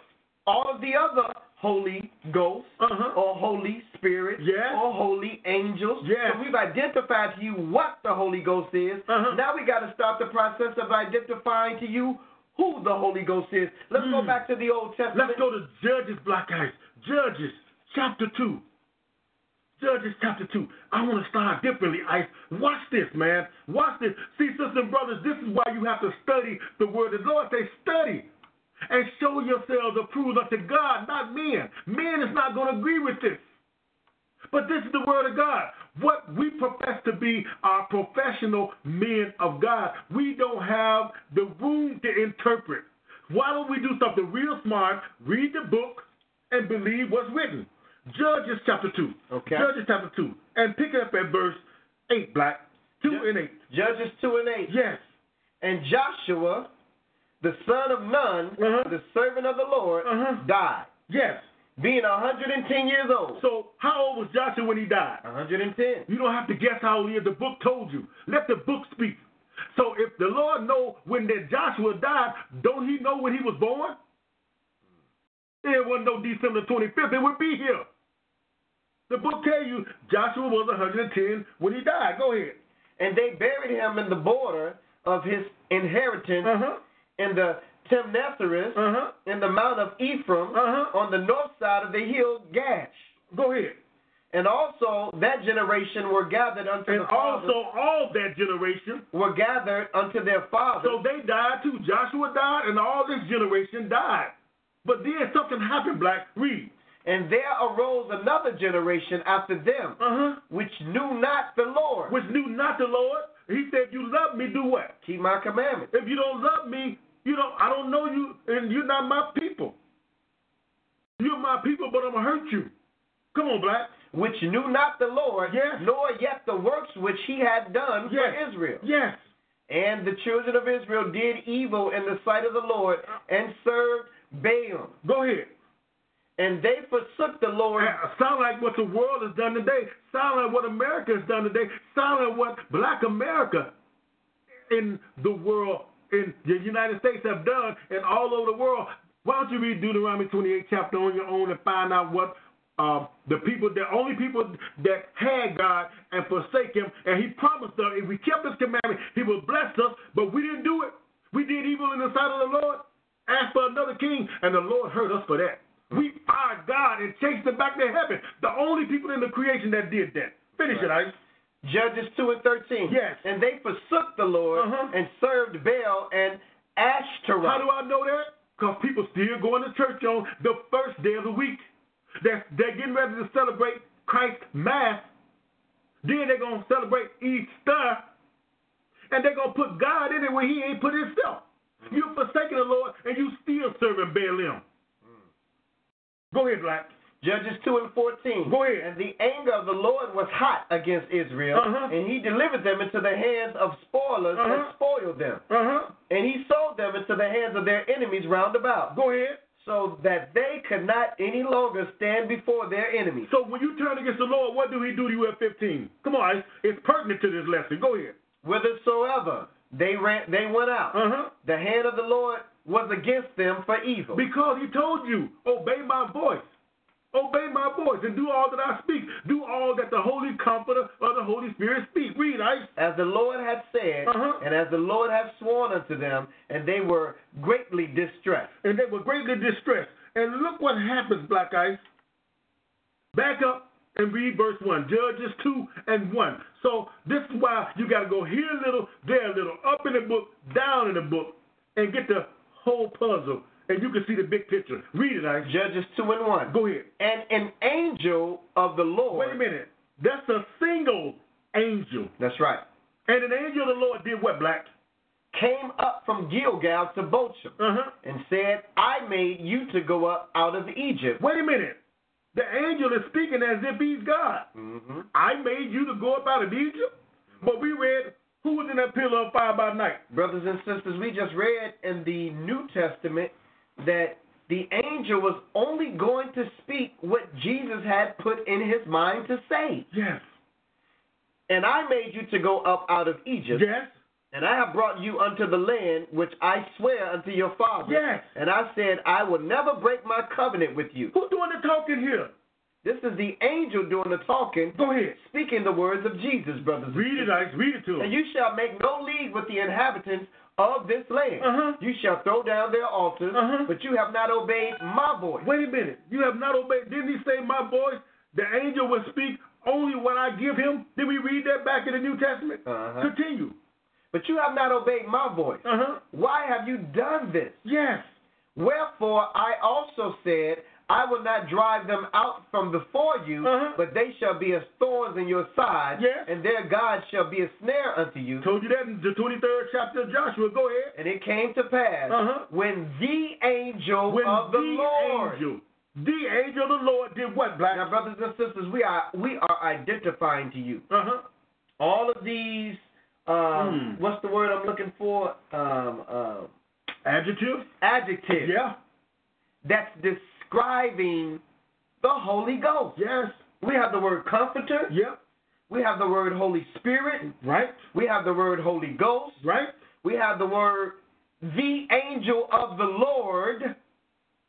C: all of the other Holy Ghost
D: Uh-huh.
C: or Holy Spirit
D: Yes.
C: or Holy Angels.
D: Yes.
C: So we've identified to you what the Holy Ghost is.
D: Uh-huh.
C: Now we got to start the process of identifying to you who the Holy Ghost is. Let's go back to the Old Testament.
D: Hmm. Let's go to Judges, Black Eyes. Judges, chapter 2. Judges, chapter 2. I want to start differently, Ice. Watch this, man. Watch this. See, sisters and brothers, this is why you have to study the word of the Lord. Say, study and show yourselves approved unto God, not men. Man is not going to agree with this. But this is the word of God. What we profess to be are professional men of God. We don't have the room to interpret. Why don't we do something real smart, read the book, and believe what's written? Judges chapter 2.
C: Okay.
D: Judges chapter 2. And pick it up at verse 8, Black. 2 and 8.
C: Judges 2 and 8.
D: Yes.
C: And Joshua, the son of Nun,
D: Uh-huh.
C: the servant of the Lord,
D: Uh-huh.
C: died,
D: Yes.
C: being 110 years old.
D: So, how old was Joshua when he died?
C: 110.
D: You don't have to guess how old he is. The book told you. Let the book speak. So if the Lord know when that Joshua died, don't he know when he was born?
C: Hmm.
D: It wasn't no December 25th. It would be here. The book tell you Joshua was 110 when he died. Go ahead.
C: And they buried him in the border of his inheritance
D: Uh-huh.
C: in the Timnatheris,
D: Uh-huh.
C: in the mount of Ephraim,
D: Uh-huh.
C: on the north side of the hill Gash.
D: Go ahead.
C: And also that generation were gathered unto
D: And
C: the fathers,
D: also all that generation.
C: were gathered unto their fathers.
D: So they died too. Joshua died and all this generation died. But then something happened, Black. Read.
C: and there arose another generation after them,
D: Uh-huh.
C: which knew not the Lord.
D: Which knew not the Lord. He said, you love me, do what?
C: Keep my commandments.
D: If you don't love me, you don't. I don't know you, and you're not my people. You're my people, but I'm gonna hurt you. Come on, Black.
C: Which knew not the Lord,
D: Yes.
C: nor yet the works which he had done
D: Yes.
C: for Israel.
D: Yes.
C: And the children of Israel did evil in the sight of the Lord and served Balaam.
D: Go ahead.
C: And they forsook the Lord.
D: Uh, Sound like what the world has done today. Sound like what America has done today. Sound like what Black America in the world, in the United States, have done, and all over the world. Why don't you read Deuteronomy 28 chapter on your own and find out what um, the people, the only people that had God and forsake Him, and He promised us if we kept His commandment, He would bless us. But we didn't do it. We did evil in the sight of the Lord. Asked for another king, and the Lord heard us for that. We fired God and chased them back to heaven. The only people in the creation that did that. Finish it, Ice.
C: Judges 2 and 13.
D: Yes.
C: And they forsook the Lord
D: Uh-huh.
C: and served Baal and Ashtaroth.
D: How do I know that? Because people still going to church on the first day of the week. They're, they're getting ready to celebrate Christ's Mass. Then they're going to celebrate Easter. And they're going to put God in it where he ain't put himself.
C: Mm-hmm.
D: You're forsaking the Lord and you still serving Balaam. Go ahead, Black.
C: Judges 2 and 14.
D: Go ahead.
C: And the anger of the Lord was hot against Israel,
D: Uh-huh.
C: and he delivered them into the hands of spoilers
D: Uh-huh.
C: and spoiled them.
D: Uh-huh.
C: And he sold them into the hands of their enemies round about,
D: Go ahead.
C: so that they could not any longer stand before their enemies.
D: So when you turn against the Lord, what do he do to you at 15? Come on, Ice. It's pertinent to this lesson. Go ahead.
C: Whithersoever they ran, they went out.
D: Uh-huh.
C: The hand of the Lord was against them for evil.
D: Because he told you, obey my voice. Obey my voice and do all that I speak. Do all that the Holy Comforter or the Holy Spirit speak. Read, I
C: as the Lord had said,
D: Uh-huh.
C: and as the Lord had sworn unto them, and they were greatly distressed.
D: and they were greatly distressed. And look what happens, Black Ice. Back up and read verse 1, Judges 2 and 1. So this is why you got to go here a little, there a little, up in the book, down in the book, and get the whole puzzle. And you can see the big picture. Read it, Ice.
C: Judges 2 and 1.
D: Go ahead.
C: And an angel of the Lord.
D: Wait a minute. That's a single angel.
C: That's right.
D: And an angel of the Lord did what, Black?
C: Came up from Gilgal to Bochum
D: Uh-huh.
C: and said, I made you to go up out of Egypt.
D: Wait a minute. The angel is speaking as if he's God.
C: Mm-hmm.
D: I made you to go up out of Egypt, but we read who was in that pillar of fire by night.
C: Brothers and sisters, we just read in the New Testament that the angel was only going to speak what Jesus had put in his mind to say.
D: Yes.
C: And I made you to go up out of Egypt.
D: Yes.
C: And I have brought you unto the land which I swear unto your fathers.
D: Yes.
C: And I said, I will never break my covenant with you.
D: Who's doing the talking here?
C: This is the angel doing the talking,
D: Go ahead.
C: speaking the words of Jesus, brothers. and
D: Read it,
C: sisters.
D: Ice. Read it to
C: And
D: him.
C: you shall make no league with the inhabitants of this land.
D: Uh-huh.
C: You shall throw down their altars,
D: Uh-huh.
C: but you have not obeyed my voice.
D: Wait a minute. You have not obeyed. Didn't he say, My voice, the angel will speak only when I give him? Did we read that back in the New Testament?
C: Uh-huh.
D: Continue.
C: But you have not obeyed my voice.
D: Uh huh.
C: Why have you done this?
D: Yes.
C: Wherefore I also said, I will not drive them out from before you,
D: Uh-huh.
C: but they shall be as thorns in your side,
D: Yes.
C: and their God shall be a snare unto you.
D: Told you that in the 23rd chapter of Joshua. Go ahead.
C: And it came to pass
D: Uh-huh.
C: when the angel
D: when
C: of the, Lord.
D: Angel, the angel of the Lord did what, Black?
C: Now, brothers and sisters, we are we are identifying to you
D: Uh-huh.
C: all of these. Um,
D: Hmm.
C: What's the word I'm looking for? Um, um,
D: Adjective?
C: adjective
D: Yeah.
C: that's describing the Holy Ghost.
D: Yes.
C: We have the word Comforter.
D: Yep.
C: We have the word Holy Spirit.
D: Right.
C: We have the word Holy Ghost.
D: Right.
C: We have the word the angel of the Lord.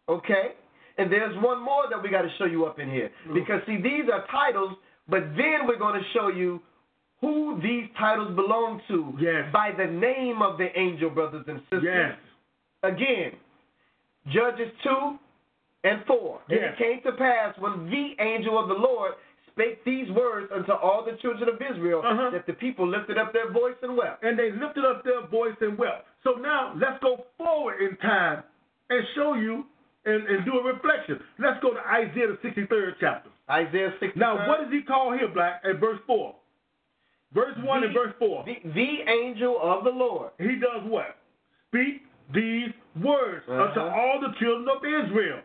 C: Okay? And there's one more that we got to show you up in here.
D: Mm.
C: Because, see, these are titles, but then we're going to show you who these titles belong to
D: Yes.
C: by the name of the angel, brothers and sisters.
D: Yes.
C: Again, Judges 2 and 4. And
D: Yes.
C: it came to pass when the angel of the Lord spake these words unto all the children of Israel
D: Uh-huh.
C: that the people lifted up their voice and wept.
D: And they lifted up their voice and wept. So now let's go forward in time and show you and, and do a reflection. Let's go to Isaiah the 63rd chapter.
C: Isaiah 60.
D: Now, what does he call here, Black, at verse 4? Verse 1 and verse 4.
C: The, the angel of the Lord.
D: he does what? Speak these words
C: Uh-huh.
D: unto all the children of Israel.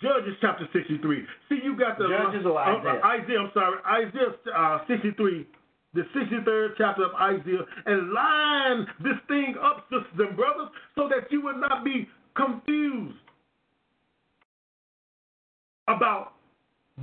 D: Judges chapter 63. See, you got the
C: Judges or
D: uh,
C: Isaiah?
D: uh, Isaiah. I'm sorry, Isaiah uh, 63, the 63rd chapter of Isaiah, and line this thing up, sisters and brothers, so that you would not be confused about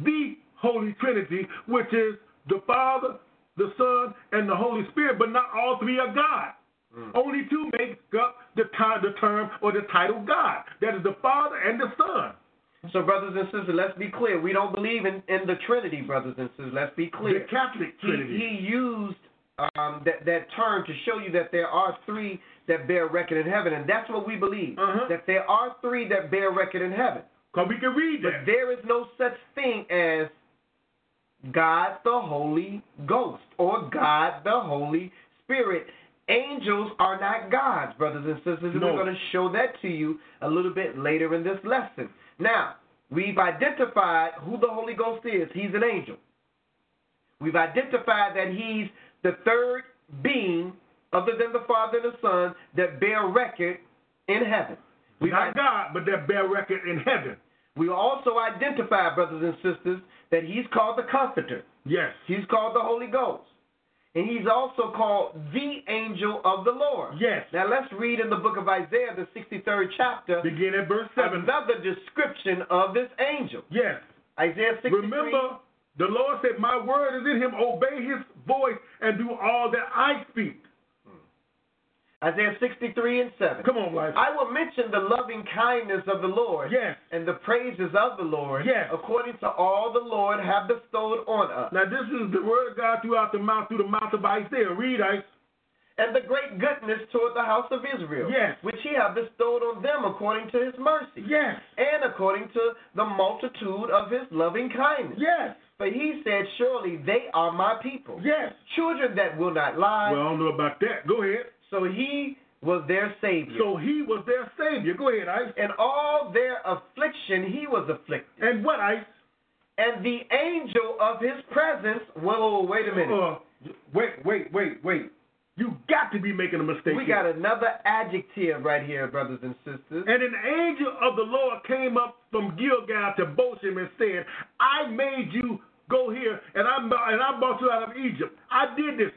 D: the Holy Trinity, which is the Father, the Son, and the Holy Spirit, but not all three are God.
C: Mm.
D: Only two make up the, ti- the term or the title God. That is the Father and the Son.
C: So, brothers and sisters, let's be clear. We don't believe in, in the Trinity, brothers and sisters. Let's be clear.
D: The Catholic
C: He,
D: Trinity.
C: he used um, that, that term to show you that there are three that bear record in heaven, and that's what we believe.
D: Uh-huh.
C: That there are three that bear record in heaven.
D: Because we can read
C: But
D: that.
C: there is no such thing as God the Holy Ghost or God the Holy Spirit. Angels are not gods, brothers and sisters. and
D: No.
C: We're going to show that to you a little bit later in this lesson. Now, we've identified who the Holy Ghost is. He's an angel. We've identified that he's the third being other than the Father and the Son that bear record in heaven. We've
D: Not God, but that bear record in heaven.
C: we also identify, brothers and sisters, that he's called the Comforter.
D: Yes.
C: He's called the Holy Ghost. And he's also called the angel of the Lord.
D: Yes.
C: Now let's read in the book of Isaiah, the 63rd chapter,
D: Begin at verse 7.
C: another description of this angel.
D: Yes.
C: Isaiah 63.
D: Remember, the Lord said, My word is in him. Obey his voice and do all that I speak.
C: Isaiah 63 and 7.
D: Come on, life.
C: I will mention the loving kindness of the Lord
D: Yes.
C: and the praises of the Lord
D: Yes.
C: according to all the Lord have bestowed on us.
D: Now, this is the word of God throughout the mouth, through the mouth of Isaiah. Read, Ice.
C: and the great goodness toward the house of Israel,
D: Yes.
C: which he hath bestowed on them according to his mercy,
D: Yes.
C: and according to the multitude of his loving kindness.
D: Yes.
C: For he said, Surely they are my people,
D: Yes.
C: children that will not lie.
D: Well, I don't know about that. Go ahead.
C: so he was their Savior.
D: So he was their Savior. Go ahead, Ice.
C: in all their affliction he was afflicted.
D: And what, Ice?
C: And the angel of his presence, whoa, wait a minute.
D: Uh, wait, wait, wait, wait. You got to be making a mistake.
C: we
D: here.
C: got another adjective right here, brothers and sisters.
D: And an angel of the Lord came up from Gilgal to Boshim and said, I made you go here, and I, and I brought you out of Egypt. I did this.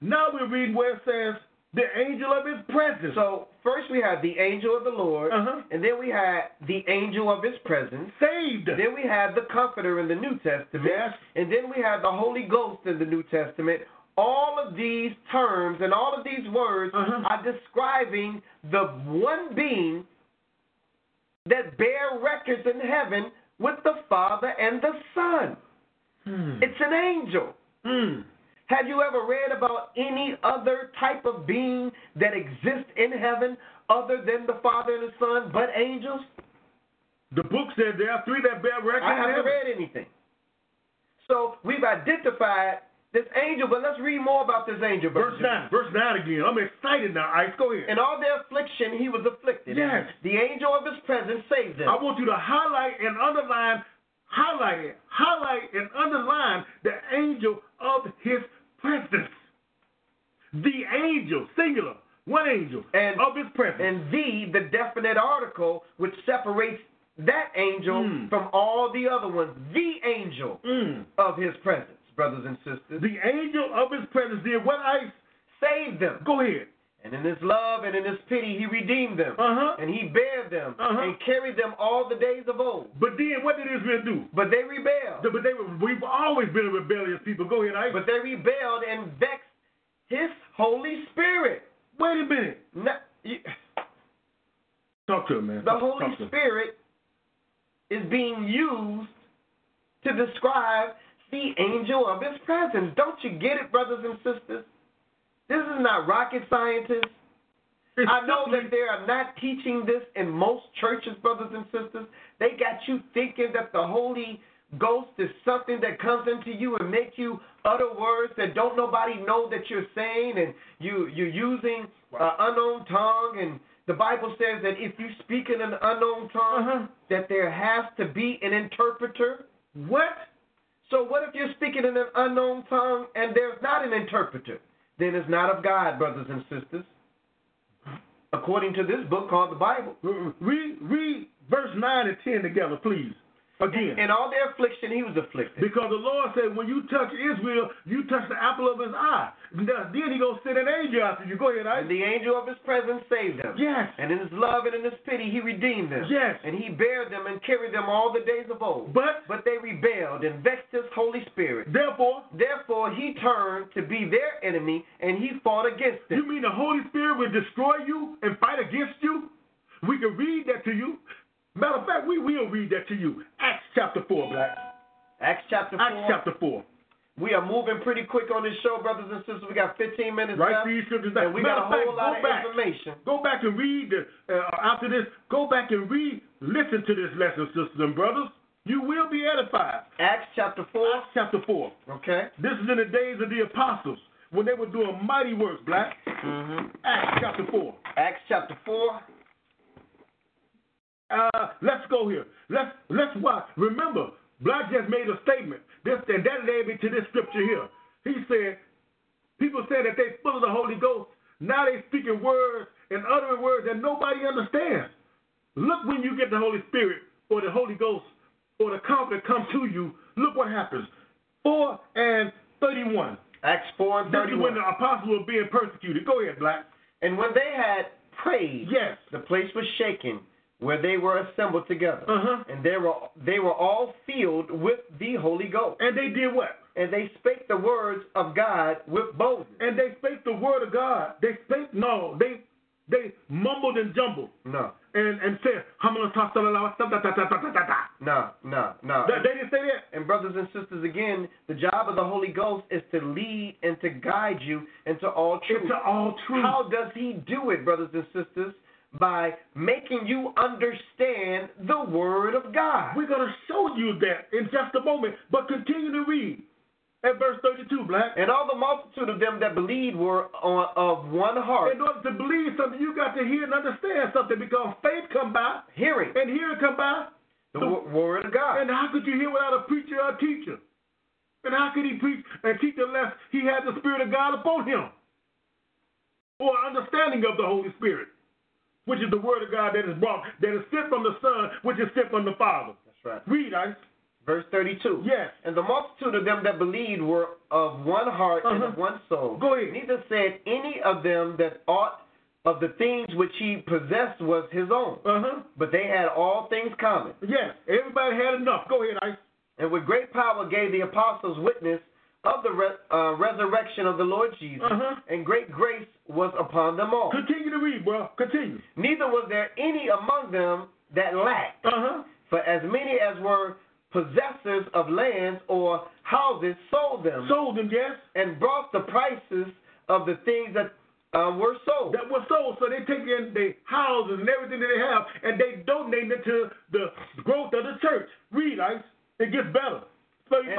D: Now we read where it says, the angel of his presence.
C: So first we had the angel of the Lord,
D: Uh-huh.
C: and then we had the angel of His presence.
D: saved.
C: Then we had the Comforter in the New Testament,
D: Yes.
C: and then we had the Holy Ghost in the New Testament. All of these terms and all of these words
D: Uh-huh.
C: are describing the one being that bear records in heaven with the Father and the Son.
D: Hmm.
C: It's an angel.
D: Mm.
C: Have you ever read about any other type of being that exists in heaven other than the Father and the Son, but angels?
D: The book said there are three that bear record.
C: I
D: in heaven.
C: haven't read anything. So we've identified this angel, but let's read more about this angel. brother Jimmy.
D: Verse 9. Verse 9 again. I'm excited now. Ice, go ahead.
C: In all their affliction, he was afflicted.
D: Yes.
C: The angel of his presence saved them.
D: I want you to highlight and underline, highlight it, highlight and underline the angel of his presence. The angel, singular, one angel
C: And-
D: of his presence.
C: and the, the definite article, which separates that angel
D: Mm.
C: from all the other ones. The angel
D: Mm.
C: of his presence, brothers and sisters,
D: The angel of his presence did what I
C: saved them.
D: go ahead.
C: And in his love and in his pity, he redeemed them.
D: Uh-huh.
C: And he bare them
D: Uh-huh.
C: and carried them all the days of old.
D: But then what did Israel do?
C: But they rebelled.
D: The- But they were, we've always been a rebellious people. Go ahead, I.
C: but they rebelled and vexed his Holy Spirit.
D: wait a minute.
C: Now, you-
D: Talk to him, man.
C: the
D: Talk-
C: Holy
D: talk to him.
C: Spirit is being used to describe the angel of his presence. Don't you get it, brothers and sisters? This is not rocket scientists.
D: It's
C: I know
D: simply-
C: that they are not teaching this in most churches, brothers and sisters. They got you thinking that the Holy Ghost is something that comes into you and make you utter words that don't nobody know that you're saying, and you you're using uh, unknown tongue. And the Bible says that if you speak in an unknown tongue,
D: Uh-huh.
C: that there has to be an interpreter.
D: What?
C: So what if you're speaking in an unknown tongue and there's not an interpreter? Then it's not of God, brothers and sisters. According to this book called the Bible.
D: Mm, Read, read verse 9 and 10 together, please. Again.
C: In all their affliction, he was afflicted.
D: Because the Lord said, when you touch Israel, you touch the apple of his eye. Now, then he going to send an angel after you. Go ahead, I.
C: And the angel of his presence saved them.
D: Yes.
C: And in his love and in his pity, he redeemed them.
D: Yes.
C: And he bare them and carried them all the days of old.
D: But-
C: but they rebelled and vexed his Holy Spirit.
D: Therefore,
C: Therefore, he turned to be their enemy and he fought against them.
D: you mean the Holy Spirit will destroy you and fight against you? We can read that to you. Matter of fact, we will read that to you. Acts chapter 4, Black.
C: Acts chapter 4.
D: Acts chapter 4.
C: We are moving pretty quick on this show, brothers and sisters. We got 15 minutes
D: Right
C: left.
D: these scriptures.
C: And we got a
D: Matter
C: whole
D: of fact,
C: lot
D: go
C: of
D: back.
C: information.
D: Go back and read the, uh, after this. Go back and read. Listen to this lesson, sisters and brothers. You will be edified.
C: Acts chapter 4.
D: Acts chapter 4.
C: Okay.
D: This is in the days of the apostles when they were doing mighty works, Black.
C: Mm-hmm.
D: Acts chapter 4.
C: Acts chapter 4.
D: Uh, let's go here. Let's let's watch. Remember, Black just made a statement. This and that led me to this scripture here. He said, people said that they full of the Holy Ghost. Now they speaking words and uttering words that nobody understands. Look when you get the Holy Spirit or the Holy Ghost or the comfort come to you. Look what happens. Four and thirty-one.
C: Acts 4 and
D: This is
C: 31.
D: when the apostles were being persecuted. Go ahead, Black.
C: And when they had prayed,
D: Yes.
C: the place was shaken where they were assembled together.
D: Uh-huh.
C: And they were they were all filled with the Holy Ghost.
D: And they did what?
C: And they spake the words of God with boldness.
D: and they spake the word of God. They spake no, they they mumbled and jumbled
C: No,
D: and and said They
C: no, no, no.
D: they didn't say that.
C: And brothers and sisters, again, the job of the Holy Ghost is to lead and to guide you into all truth.
D: Into all truth.
C: How does He do it, brothers and sisters? By making you understand the Word of God.
D: We're gonna show you that in just a moment. But continue to read at verse 32, black.
C: And all the multitude of them that believed were on, of one heart,
D: In order to believe something, you got to hear and understand something because faith come by
C: hearing
D: and hearing come by.
C: the wo- Word of God.
D: And how could you hear without a preacher or a teacher? And how could he preach and teach unless he had the Spirit of God upon him? Or understanding of the Holy Spirit, which is the Word of God that is brought, that is sent from the Son, which is sent from the Father.
C: That's right.
D: Read, Ice.
C: Verse 32.
D: Yes.
C: And the multitude of them that believed were of one heart and
D: Uh-huh.
C: of one soul.
D: Go ahead.
C: Neither said any of them that ought of the things which he possessed was his own.
D: Uh huh.
C: But they had all things common.
D: Yes. Everybody had enough. Go ahead, Ice.
C: And with great power gave the apostles witness of the re- uh, resurrection of the Lord Jesus.
D: Uh-huh.
C: And great grace was upon them all.
D: Continue to read, bro. Continue.
C: Neither was there any among them that lacked.
D: Uh huh.
C: For as many as were possessors of lands or houses sold them.
D: Sold them, yes.
C: and brought the prices of the things that uh, were sold.
D: That was sold. So they take in their houses and everything that they have, and they donate it to the growth of the church. Read, Ice. It gets better. 35.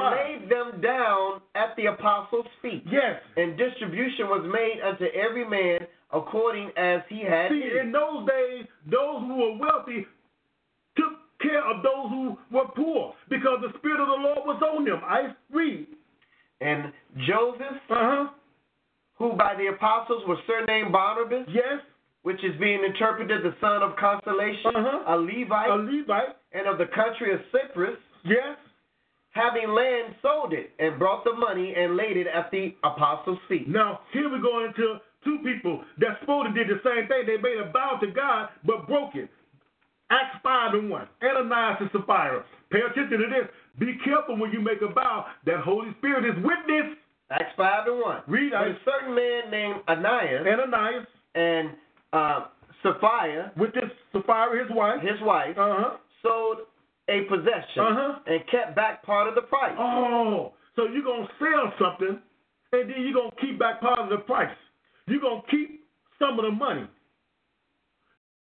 C: and laid them down at the apostles' feet.
D: Yes.
C: And distribution was made unto every man according as he had
D: See,
C: need.
D: in those days, those who were wealthy took care of those who were poor because the Spirit of the Lord was on them. I read.
C: And Joseph,
D: Uh huh.
C: who by the apostles was surnamed Barnabas,
D: Yes.
C: which is being interpreted the son of consolation,
D: Uh-huh.
C: a Levite,
D: A Levite.
C: and of the country of Cyprus,
D: Yes.
C: having land, sold it and brought the money and laid it at the apostles' feet.
D: Now, here we're going into two people that supposed to did the same thing. They made a vow to God but broke it. Acts 5 and 1. Ananias and Sapphira. Pay attention to this. Be careful when you make a vow. That Holy Spirit is witness.
C: Acts 5 and 1.
D: Read,
C: But
D: I-
C: a certain man named Ananias
D: Ananias
C: and uh, Sapphira,
D: with this Sapphira, his wife.
C: his wife,
D: Uh huh.
C: sold a possession
D: Uh-huh.
C: and kept back part of the price.
D: Oh, so you're going to sell something and then you're going to keep back part of the price. You're going to keep some of the money.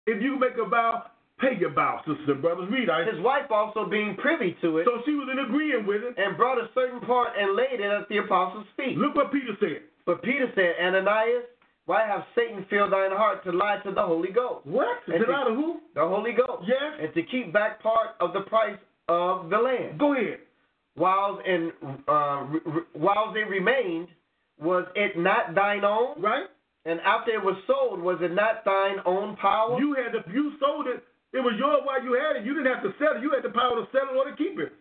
D: If you make a vow, pay your vow, sisters and brothers. Read I.
C: His wife also being privy to it
D: So she was in agreeing with it.
C: and brought a certain part and laid it at the apostles' feet.
D: Look what Peter said.
C: But Peter said, Ananias, why have Satan filled thine heart to lie to the Holy Ghost?
D: What?
C: And
D: Did out of who?
C: The Holy Ghost.
D: Yes.
C: And to keep back part of the price of the land.
D: Go ahead.
C: Whiles and uh, re- re- whiles it remained, was it not thine own?
D: Right?
C: And after it was sold, was it not thine own power?
D: You had the, you sold it It was yours while you had it. You didn't have to sell it. You had the power to sell it or to keep it.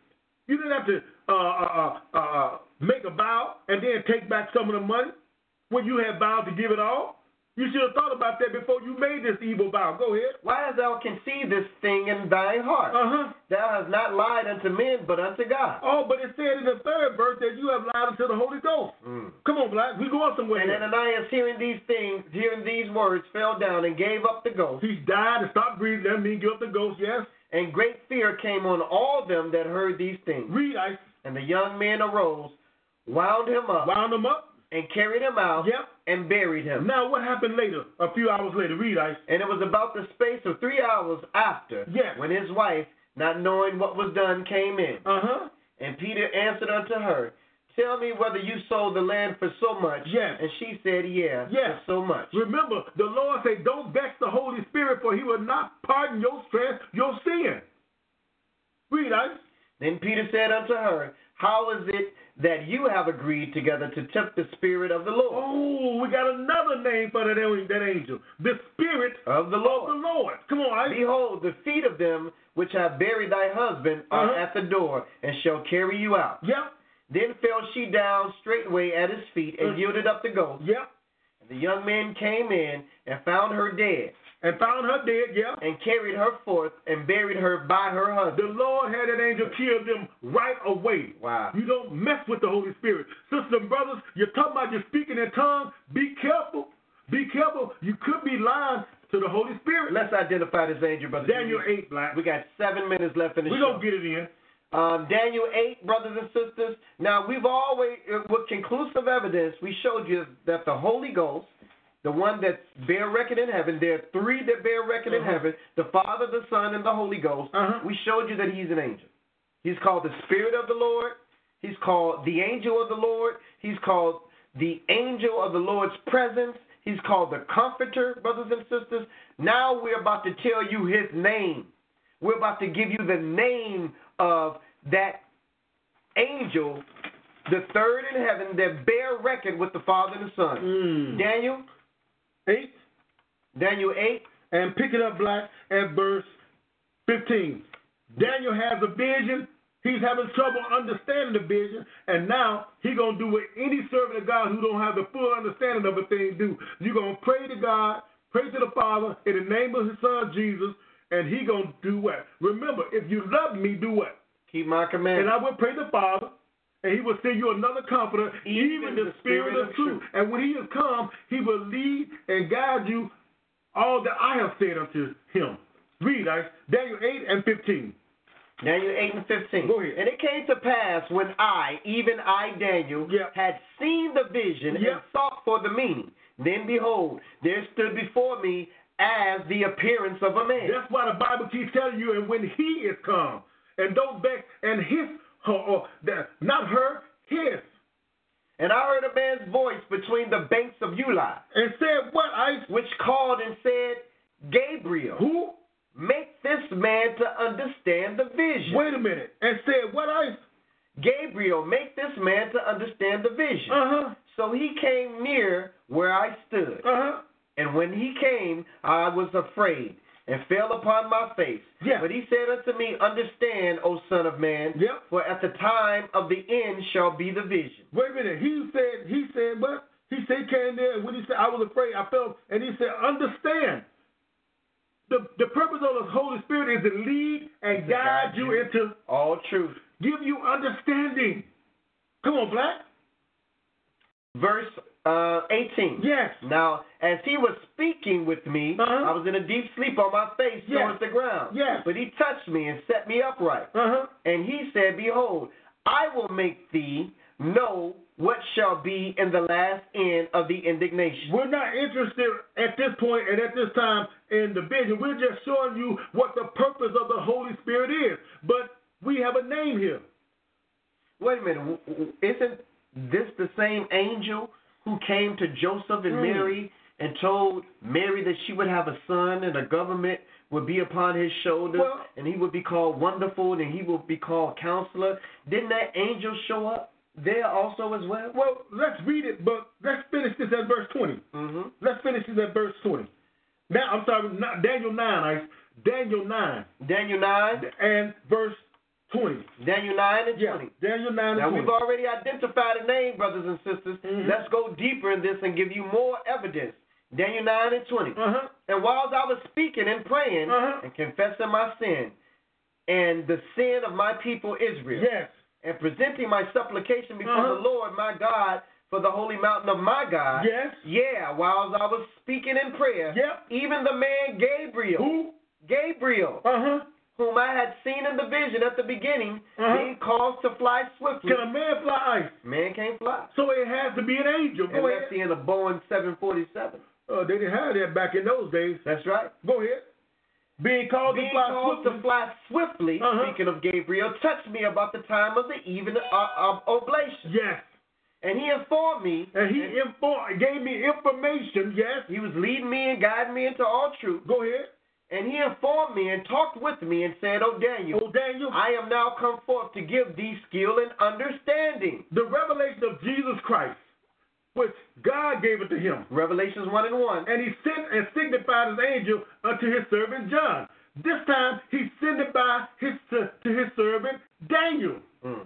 D: You didn't have to uh, uh, uh, uh, make a vow and then take back some of the money when you had vowed to give it all. You should have thought about that before you made this evil vow. Go ahead.
C: Why hast thou conceived this thing in thine heart?
D: Uh huh.
C: Thou hast not lied unto men, but unto God.
D: Oh, but it said in the third verse that you have lied unto the Holy Ghost. Come on, Black. We going somewhere.
C: Mm. And
D: here.
C: Ananias, hearing these things, hearing these words, fell down and gave up the ghost.
D: He died and stopped breathing. That means give up the ghost, yes?
C: And great fear came on all them that heard these things.
D: Read, I
C: And the young men arose, wound him up,
D: wound him up.
C: and carried him out,
D: Yep.
C: and buried him.
D: Now, what happened later? A few hours later. Read, I
C: And it was about the space of three hours after,
D: Yes.
C: when his wife, not knowing what was done, came in.
D: Uh huh.
C: And Peter answered unto her, Tell me whether you sold the land for so much.
D: Yes.
C: And she said, Yeah,
D: Yes.
C: for so much.
D: Remember, the Lord said, Don't vex the Holy Spirit, for he will not pardon your trans, your sin. Read, I
C: Then Peter said unto her, How is it that you have agreed together to tempt the Spirit of the Lord?
D: Oh, we got another name for that, an- that angel. The Spirit
C: Of the
D: of the
C: Lord.
D: Lord. Come on, I
C: Behold, the feet of them which have buried thy husband are
D: Uh-huh.
C: at the door, and shall carry you out.
D: Yep,
C: Then fell she down straightway at his feet, and
D: Mm.
C: yielded up the ghost.
D: yep.
C: And the young men came in, and found her dead,
D: And found her dead, yeah.
C: and carried her forth, and buried her by her husband.
D: The Lord had that angel kill them right away.
C: Wow.
D: You don't mess with the Holy Spirit. Sisters and brothers, you're talking about you're speaking in tongues. Be careful. Be careful. You could be lying to the Holy Spirit.
C: Let's identify this angel, brother.
D: Daniel 8, Black.
C: We got seven minutes left in the
D: We're
C: show.
D: going to get it in.
C: Um, Daniel 8, brothers and sisters. Now, we've always, uh, with conclusive evidence, we showed you that the Holy Ghost, the one that bear record in heaven, there are three that bear record
D: Mm-hmm.
C: in heaven the Father, the Son, and the Holy Ghost.
D: Uh-huh.
C: We showed you that he's an angel. He's called the Spirit of the Lord. He's called the Angel of the Lord. He's called the Angel of the Lord's Presence. He's called the Comforter, brothers and sisters. Now we're about to tell you his name. We're about to give you the name of that angel, the third in heaven, that bear record with the Father and the Son.
D: Mm.
C: Daniel,
D: 8.
C: Daniel 8.
D: and pick it up, Black, at verse 15. Daniel has a vision. He's having trouble understanding the vision, and now he gonna do what any servant of God who don't have the full understanding of a thing do. You gonna pray to God, pray to the Father in the name of His Son Jesus, and He gonna do what? Remember, if you love me, do what?
C: Keep my
D: And
C: commandments.
D: I will pray the Father, and he will send you another comforter, even, the, Spirit, of truth. And when he has come, he will lead and guide you all that I have said unto him. Read, I, Daniel 8 and 15.
C: Daniel 8 and 15.
D: Go ahead.
C: And it came to pass when I, even I, Daniel,
D: Yeah.
C: had seen the vision
D: Yeah.
C: and sought for the meaning. Then behold, there stood before me as the appearance of a man.
D: That's why the Bible keeps telling you, and when he is come, and don't vex, and his, her, or the, not her, his.
C: And I heard a man's voice between the banks of Uli,
D: And said, What I,
C: which called and said, Gabriel,
D: who?
C: make this man to understand the vision.
D: Wait a minute. And said, What I,
C: Gabriel, make this man to understand the vision.
D: uh huh,
C: So he came near where I stood.
D: uh huh.
C: And when he came, I was afraid and fell upon my face.
D: Yeah.
C: But he said unto me, Understand, O Son of Man,
D: Yep.
C: for at the time of the end shall be the vision.
D: Wait a minute. He said, he said, what? He said, he came there, and when he said, I was afraid, I felt, and he said, understand. The, the purpose of the Holy Spirit is to lead and guide you into,
C: all truth.
D: give you understanding. Come on, Black.
C: Verse uh, 18.
D: Yes.
C: Now, as he was speaking with me,
D: Uh-huh.
C: I was in a deep sleep on my face
D: Yes.
C: towards the ground.
D: Yes.
C: But he touched me and set me upright.
D: Uh huh.
C: And he said, Behold, I will make thee know what shall be in the last end of the indignation.
D: We're not interested at this point and at this time in the vision. We're just showing you what the purpose of the Holy Spirit is. But we have a name here.
C: Wait a minute, w- w- isn't this the same angel who came to Joseph
D: Hmm.
C: and Mary and told Mary that she would have a son and a government would be upon his shoulder
D: Well-
C: and he would be called Wonderful and he would be called Counselor? Didn't that angel show up there also as well?
D: Well, let's read it, but let's finish this at verse 20.
C: Mhm.
D: Let's finish this at verse 20. Now, I'm sorry, not- Daniel 9, I, Daniel 9.
C: Daniel 9
D: and verse 20.
C: Daniel 9 and 20.
D: Yeah, Daniel 9
C: Now
D: and Mm-hmm. 20.
C: we've already identified a name, brothers and sisters. Let's go deeper in this and give you more evidence. Daniel 9 and 20.
D: Uh-huh.
C: And whilst I was speaking and praying
D: Uh-huh.
C: and confessing my sin and the sin of my people Israel,
D: Yes.
C: and presenting my supplication before
D: Uh-huh.
C: the Lord my God for the holy mountain of my God,
D: Yes.
C: yeah, whilst I was speaking in prayer,
D: Yep.
C: even the man Gabriel,
D: Who?
C: Gabriel,
D: Uh-huh.
C: whom I had seen in the vision at the beginning,
D: Uh-huh.
C: being caused to fly swiftly.
D: Can a man fly ice?
C: Man can't fly.
D: So it has to be an angel. Go
C: Unless he
D: ahead.
C: in a Boeing 747.
D: Uh, they didn't have that back in those days.
C: That's right.
D: Go ahead. Being called
C: Being
D: to fly
C: called
D: swiftly.
C: to fly swiftly,
D: Uh-huh.
C: speaking of Gabriel, touched me about the time of the even uh, of oblation.
D: Yes.
C: And he informed me,
D: And he informed, gave me information. Yes.
C: he was leading me and guiding me into all truth.
D: Go ahead.
C: And he informed me and talked with me and said, O Daniel,
D: Oh, Daniel.
C: I am now come forth to give thee skill and understanding.
D: the revelation of Jesus Christ, which God gave it to him.
C: Revelations 1 and 1.
D: And he sent and signified his angel unto his servant John. This time he signified his to, to his servant Daniel.
C: Mm.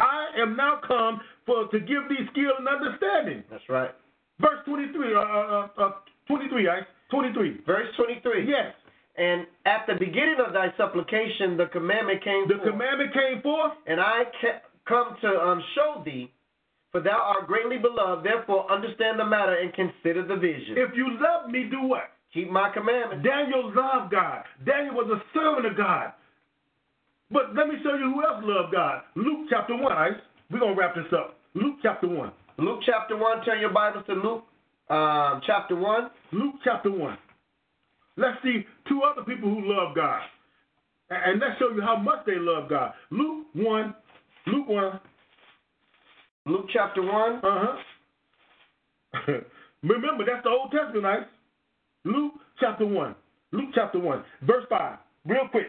D: I am now come for to give thee skill and understanding.
C: That's right.
D: Verse 23, uh, uh, uh, 23, I 23.
C: Verse 23.
D: Yes.
C: And at the beginning of thy supplication, the commandment came
D: The
C: forth.
D: commandment came forth.
C: and I ca- come to um, show thee, for thou art greatly beloved. Therefore, understand the matter and consider the vision.
D: If you love me, do what?
C: Keep my commandments.
D: Daniel loved God. Daniel was a servant of God. But let me show you who else loved God. Luke chapter 1, Ice. We're going to wrap this up. Luke chapter 1.
C: Luke chapter 1, turn your Bibles to Luke um, chapter 1.
D: Luke chapter 1. Let's see two other people who love God. A- And let's show you how much they love God. Luke 1. Luke 1. Uh
C: Luke chapter 1.
D: huh. uh-huh. Remember, that's the Old Testament, Ice. Luke chapter 1. Luke chapter 1. Verse 5. Real quick.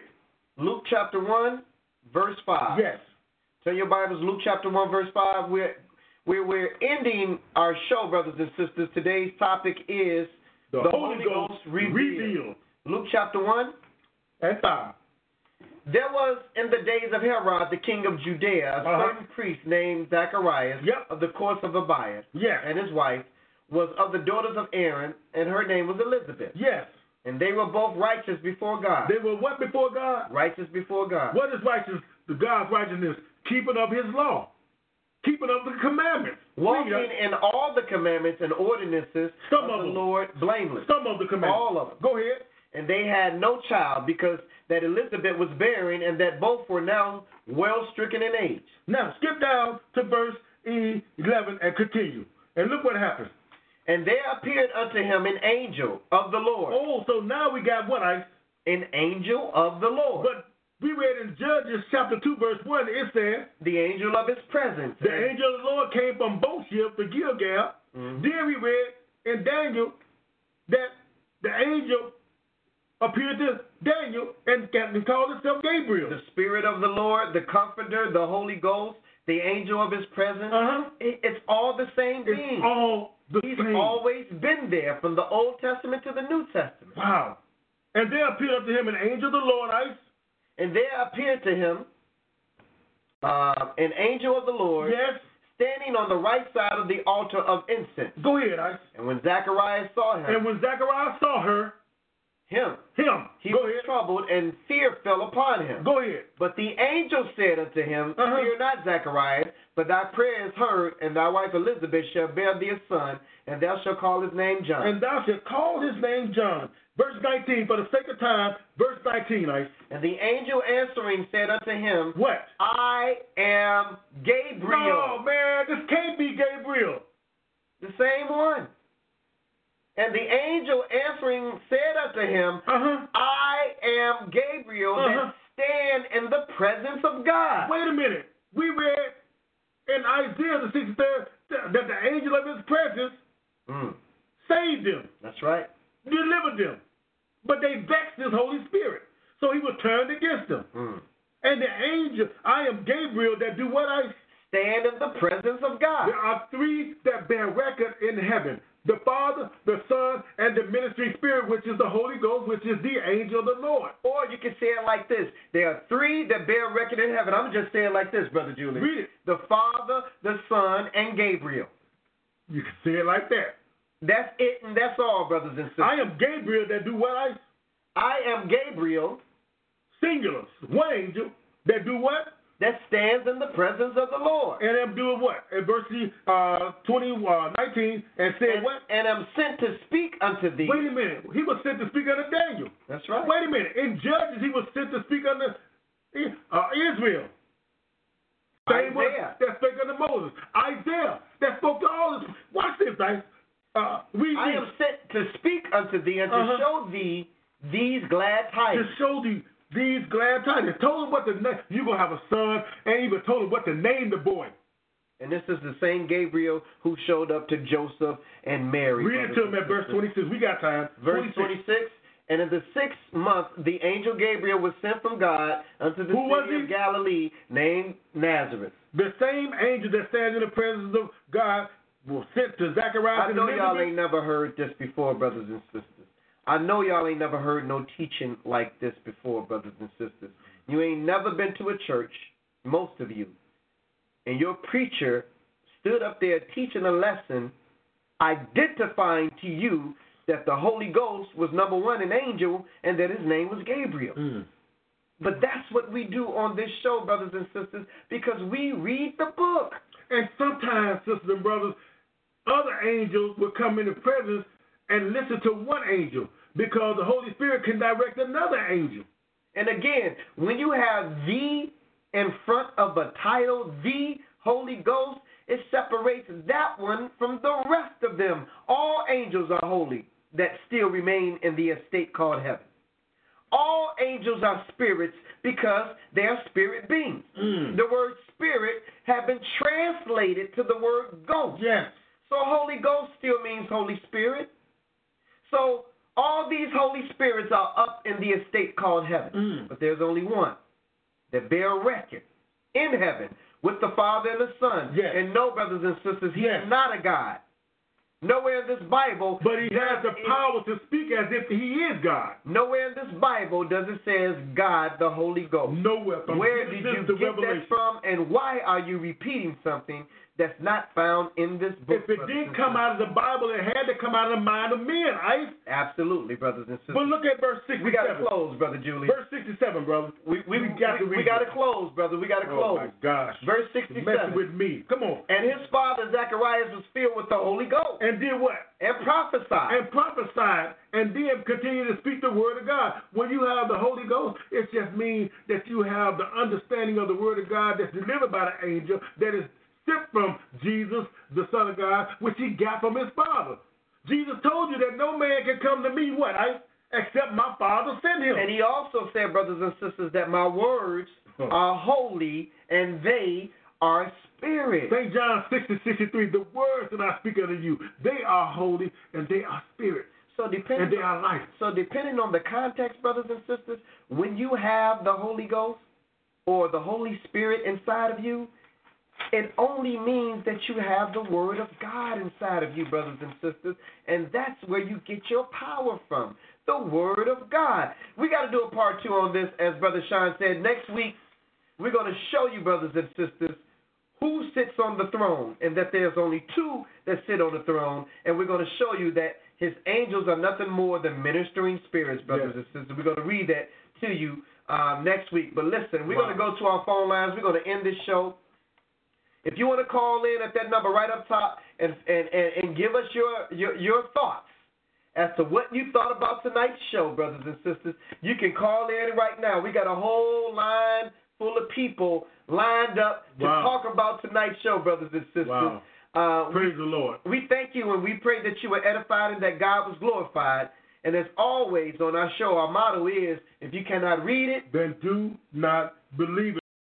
C: Luke chapter 1, verse 5.
D: Yes.
C: Turn your Bibles, Luke chapter 1, verse 5. We're, we're, we're ending our show, brothers and sisters. Today's topic is
D: The, Holy, Ghost, revealed.
C: Luke chapter 1.
D: And 5.
C: There was in the days of Herod, the king of Judea, a
D: Uh-huh.
C: certain priest named Zacharias
D: Yep.
C: of the course of Abias,
D: Yes.
C: and his wife was of the daughters of Aaron, and her name was Elizabeth.
D: Yes.
C: And they were both righteous before God.
D: They were what before God?
C: righteous before God.
D: What is righteousness? The God's righteousness, keeping of his law, keeping of the commandments.
C: Walking
D: Read
C: in all the commandments and ordinances
D: Some of
C: the
D: them.
C: Lord blameless.
D: some of the commandments.
C: All of them.
D: Go ahead.
C: And they had no child because that Elizabeth was barren and that both were now well stricken in age.
D: Now skip down to verse E eleven and continue. And look what happens.
C: And there appeared unto him an angel of the Lord.
D: Oh, so now we got what I.
C: an angel of the Lord,
D: But we read in Judges chapter two verse one. It says
C: the angel of his presence.
D: the angel of the Lord came from Bosheb to Gilgal.
C: Mm-hmm.
D: Then we read in Daniel that the angel appeared to Daniel and and called himself Gabriel.
C: The spirit of the Lord, the comforter, the Holy Ghost, the angel of his presence.
D: Uh-huh.
C: It- It's all the same
D: It's
C: thing.
D: all the
C: He's
D: same.
C: always been there from the Old Testament to the New Testament.
D: wow. And there appeared unto him an angel of the Lord, Ice.
C: And there appeared to him uh, an angel of the Lord
D: Yes.
C: standing on the right side of the altar of incense.
D: Go ahead, Ice.
C: And when Zacharias saw him,
D: And when Zachariah saw her,
C: him
D: him,
C: he
D: go
C: was
D: ahead.
C: troubled, and fear fell upon him.
D: Go ahead.
C: But the angel said unto him,
D: Uh-huh.
C: Fear not, Zacharias, but thy prayer is heard, and thy wife Elizabeth shall bear thee a son, and thou shalt call his name John.
D: And thou shalt call his name John. Verse 19, for the sake of time, verse 19, Ice.
C: And the angel answering said unto him,
D: What?
C: I am Gabriel,
D: No, man, this can't be Gabriel.
C: the same one. And the angel answering said unto him,
D: Uh-huh.
C: I am Gabriel
D: Uh-huh.
C: that stand in the presence of God.
D: Wait a minute. We read in Isaiah the 63rd that that the angel of his presence
C: Mm,
D: saved him.
C: that's right.
D: delivered them, but they vexed his Holy Spirit. So he was turned against them.
C: Mm.
D: And the angel, I am Gabriel, that do what I.
C: Stand in the presence of God.
D: There are three that bear record in heaven the Father, the Son, and the ministry spirit, which is the Holy Ghost, which is the angel of the Lord.
C: Or you can say it like this there are three that bear record in heaven. I'm just saying it like this, Brother Julian.
D: Read it.
C: The Father, the Son, and Gabriel.
D: You can say it like that.
C: That's it, and that's all, brothers and sisters.
D: I am Gabriel that do what I
C: I am Gabriel
D: singular, one angel that do what
C: that stands in the presence of the Lord.
D: and am doing what? In verse uh, 20, uh, 19, and said
C: And,
D: what?
C: and am sent to speak unto thee.
D: Wait a minute. He was sent to speak unto Daniel.
C: That's right.
D: Wait a minute. In Judges, he was sent to speak unto uh, Israel. Same one
C: Isaiah.
D: that spake unto Moses. Isaiah that spoke to all this. Watch this, guys. Uh, we
C: I am sent to speak unto thee and to
D: Uh-huh.
C: show thee these glad
D: to
C: tidings.
D: show thee these glad tidings. Told him what the name. You're going to have a son, and even told him what to name the boy.
C: And this is the same Gabriel who showed up to Joseph and Mary.
D: Read it
C: brothers
D: to him
C: and
D: at verse
C: sisters.
D: 26. We got time.
C: Verse 26. And in the sixth month, the angel Gabriel was sent from God unto the
D: Who was
C: city
D: he?
C: of Galilee, named Nazareth.
D: The same angel that stands in the presence of God was sent to Zacharias
C: I
D: and
C: know y'all
D: Elizabeth.
C: ain't never heard this before, brothers and sisters. I know y'all ain't never heard no teaching like this before, brothers and sisters. You ain't never been to a church, most of you, and your preacher stood up there teaching a lesson identifying to you that the Holy Ghost was number one, an angel, and that his name was Gabriel. But that's what we do on this show, brothers and sisters, because we read the book.
D: And sometimes, sisters and brothers, other angels will come in the presence and listen to one angel because the Holy Spirit can direct another angel.
C: And again, when you have the in front of a title, the Holy Ghost, it separates that one from the rest of them. All angels are holy that still remain in the estate called heaven. All angels are spirits because they are spirit beings.
D: Mm.
C: The word spirit have been translated to the word ghost.
D: Yes.
C: So Holy Ghost still means Holy Spirit. So all these Holy Spirits are up in the estate called heaven.
D: Mm.
C: But there's only one that bear record in heaven with the Father and the Son.
D: Yes.
C: And no, brothers and sisters, he
D: Yes.
C: is not a God. Nowhere in this Bible
D: But he has the
C: does it-
D: power to speak as if he is God.
C: Nowhere in this Bible does it says God the Holy Ghost.
D: Nowhere. From
C: Where did
D: Genesis
C: you
D: to
C: get
D: Revelation.
C: that from, and why are you repeating something that's not found in this book?
D: If it
C: brothers and
D: did come
C: sisters?
D: out of the Bible, it had to come out of the mind of men, Ice.
C: Absolutely, brothers and sisters.
D: But look at verse 67.
C: we got to close, brother Julian.
D: Verse 67, brother.
C: we we,
D: You got to
C: we,
D: read
C: got to
D: this.
C: close, brother. We got to
D: Oh,
C: close.
D: my gosh.
C: Verse
D: You're Messing
C: 67.
D: with me. Come on.
C: And his father Zacharias was filled with the Holy Ghost
D: And did what?
C: and prophesied.
D: and prophesied and then continue to speak the word of God. When you have the Holy Ghost, it just means that you have the understanding of the word of God that's delivered by the angel that is sent from Jesus, the Son of God, which he got from his Father. Jesus told you that no man can come to me, what? I, except my Father sent him.
C: And he also said, brothers and sisters, that my words are holy and they are spirit.
D: St. John 6 and 63, the words that I speak unto you, they are holy and they are spirit
C: So
D: and
C: depending
D: they are life.
C: so depending on the context, brothers and sisters, when you have the Holy Ghost or the Holy Spirit inside of you, it only means that you have the Word of God inside of you, brothers and sisters, and that's where you get your power from. The Word of God. We got to do a part two on this, as Brother Sean said. Next week, we're going to show you, brothers and sisters, who sits on the throne, and that there's only two that sit on the throne, and we're going to show you that his angels are nothing more than ministering spirits, brothers and
D: Yes.
C: sisters. We're going to read that to you um, next week. But listen, we're going to go to our phone lines. We're going to end this show. If you want to call in at that number right up top and and, and, and give us your, your your thoughts as to what you thought about tonight's show, brothers and sisters, you can call in right now. We got a whole line full of people lined up to
D: Wow.
C: talk about tonight's show, brothers and sisters.
D: Wow.
C: Uh, we-
D: Praise the Lord.
C: we thank you and we pray that you were edified and that God was glorified. And as always on our show, our motto is if you cannot read it,
D: Then do not believe it.